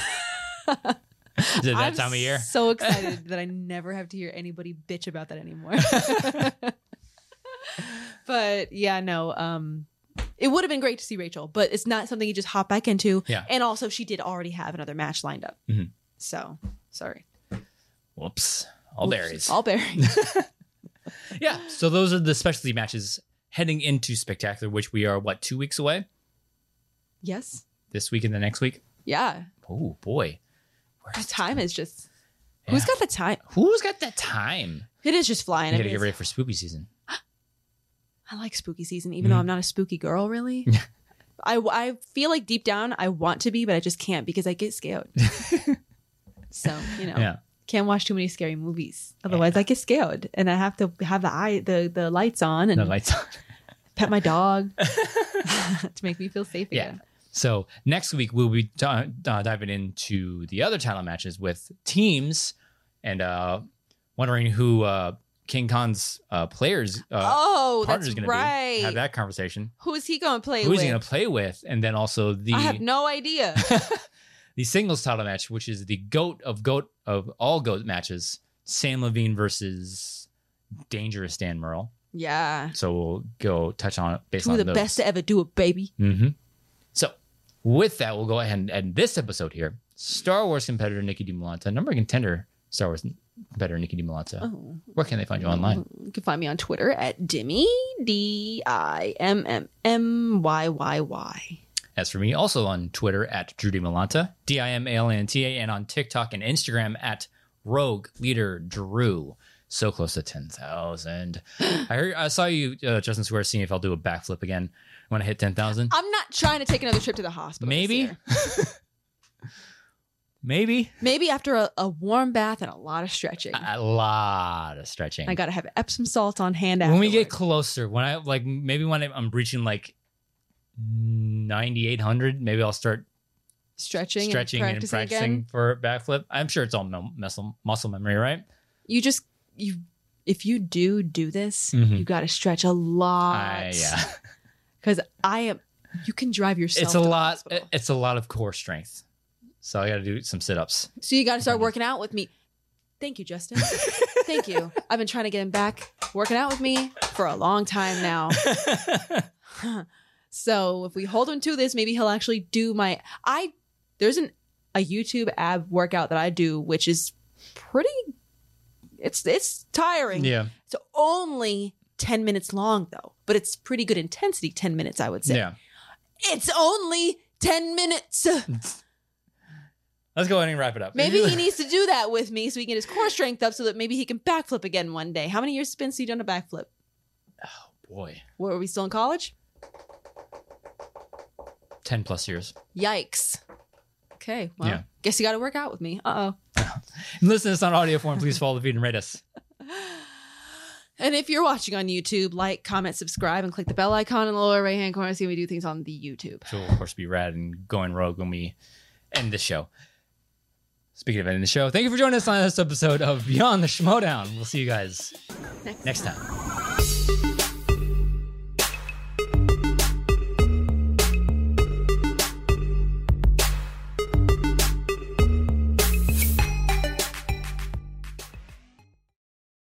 Speaker 1: Is it that
Speaker 2: I'm
Speaker 1: time of year.
Speaker 2: So excited that I never have to hear anybody bitch about that anymore. but yeah, no. Um, it would have been great to see Rachel, but it's not something you just hop back into.
Speaker 1: Yeah.
Speaker 2: And also, she did already have another match lined up.
Speaker 1: Mhm.
Speaker 2: So sorry.
Speaker 1: Whoops. All
Speaker 2: Oops.
Speaker 1: berries.
Speaker 2: All berries.
Speaker 1: Yeah. So those are the specialty matches heading into Spectacular, which we are what two weeks away.
Speaker 2: yes.
Speaker 1: This week and the next week.
Speaker 2: Yeah.
Speaker 1: Oh boy,
Speaker 2: The time is just. Who's
Speaker 1: Yeah.
Speaker 2: got the time?
Speaker 1: who's got that time?
Speaker 2: It is just flying.
Speaker 1: You
Speaker 2: I,
Speaker 1: gotta
Speaker 2: mean,
Speaker 1: get
Speaker 2: it's-
Speaker 1: ready for spooky season.
Speaker 2: I like spooky season, even
Speaker 1: Mm.
Speaker 2: though I'm not a spooky girl, really. I, I feel like deep down I want to be, but I just can't because I get scared. so, you know,
Speaker 1: Yeah.
Speaker 2: can't watch too many scary movies. Otherwise, I get scared and I have to have the eye, the, the lights on and
Speaker 1: The lights on.
Speaker 2: pet my dog to make me feel safe
Speaker 1: Yeah.
Speaker 2: again.
Speaker 1: So next week we'll be di- uh, diving into the other title matches with teams, and uh, wondering who uh, King Khan's uh, players uh,
Speaker 2: oh,
Speaker 1: partner
Speaker 2: that's
Speaker 1: is gonna be.
Speaker 2: right.
Speaker 1: Have that conversation.
Speaker 2: Who's he going to play
Speaker 1: Who is
Speaker 2: with?
Speaker 1: he gonna play with? And then also the
Speaker 2: I have no idea.
Speaker 1: the singles title match, which is the goat of goat of all goat matches, Sam Levine versus Dangerous Dan Merle.
Speaker 2: yeah.
Speaker 1: So we'll go touch on it based
Speaker 2: Two
Speaker 1: on
Speaker 2: of the best to ever do it, baby.
Speaker 1: Mm-hmm. So with that, we'll go ahead and end this episode here. Star Wars competitor Nikki DiMolanta, number one contender Star Wars competitor Nikki DiMolanta.
Speaker 2: Oh. Mm-hmm.
Speaker 1: Where can they find you online?
Speaker 2: You can find me on Twitter at Dimmy D I M M M Y Y Y.
Speaker 1: As for me, also on Twitter at Judy Malanta, D I M A L A N T A, and on TikTok and Instagram at Rogue Leader Drew. So close to 10,000. I heard, I saw you, uh, Justin Square, seeing if I'll do a backflip again when I hit 10,000.
Speaker 2: I'm not trying to take another trip to the hospital. this
Speaker 1: Maybe.
Speaker 2: year.
Speaker 1: Maybe.
Speaker 2: Maybe after a, a warm bath and a lot of stretching. I,
Speaker 1: A lot of stretching.
Speaker 2: got to have Epsom salt on hand
Speaker 1: when we get
Speaker 2: afterward.
Speaker 1: closer, when I like, maybe when I'm reaching like 9,800, maybe I'll start
Speaker 2: stretching,
Speaker 1: stretching
Speaker 2: and
Speaker 1: and
Speaker 2: practicing,
Speaker 1: practicing,
Speaker 2: again.
Speaker 1: for a backflip. I'm sure it's all mel- muscle, muscle memory, right?
Speaker 2: You just you if you do do this,
Speaker 1: Mhm.
Speaker 2: you got to stretch a lot.
Speaker 1: I, yeah.
Speaker 2: Cuz I am you can drive yourself.
Speaker 1: it's
Speaker 2: to
Speaker 1: a
Speaker 2: the
Speaker 1: lot
Speaker 2: hospital.
Speaker 1: it's a lot of core strength so i gotta do some sit-ups
Speaker 2: So you got to start working out with me. Thank you, Justin. Thank you. I've been trying to get him back working out with me for a long time now. so if we hold him to this, maybe he'll actually do my. I there's an a YouTube ab workout that I do, which is pretty. It's it's tiring.
Speaker 1: yeah
Speaker 2: It's only ten minutes long though, but it's pretty good intensity. Ten minutes, I would say.
Speaker 1: yeah
Speaker 2: It's only ten minutes.
Speaker 1: let's go ahead and wrap it up
Speaker 2: Maybe he needs to do that with me so he can get his core strength up so that maybe he can backflip again one day. How many years has it been since you done a backflip?
Speaker 1: boy
Speaker 2: Were we still in college?
Speaker 1: 10 plus years
Speaker 2: Yikes. Okay, well,
Speaker 1: Yeah.
Speaker 2: guess you got to work out with me. Uh oh.
Speaker 1: and listen to this on audio form please follow the feed and rate us
Speaker 2: And if you're watching on YouTube, like, comment, subscribe, and click the bell icon in the lower right hand corner to see when we do things on the YouTube.
Speaker 1: which will of course be rad and going rogue when we end the show speaking of ending the show thank you for joining us on this episode of beyond the schmodown we'll see you guys next time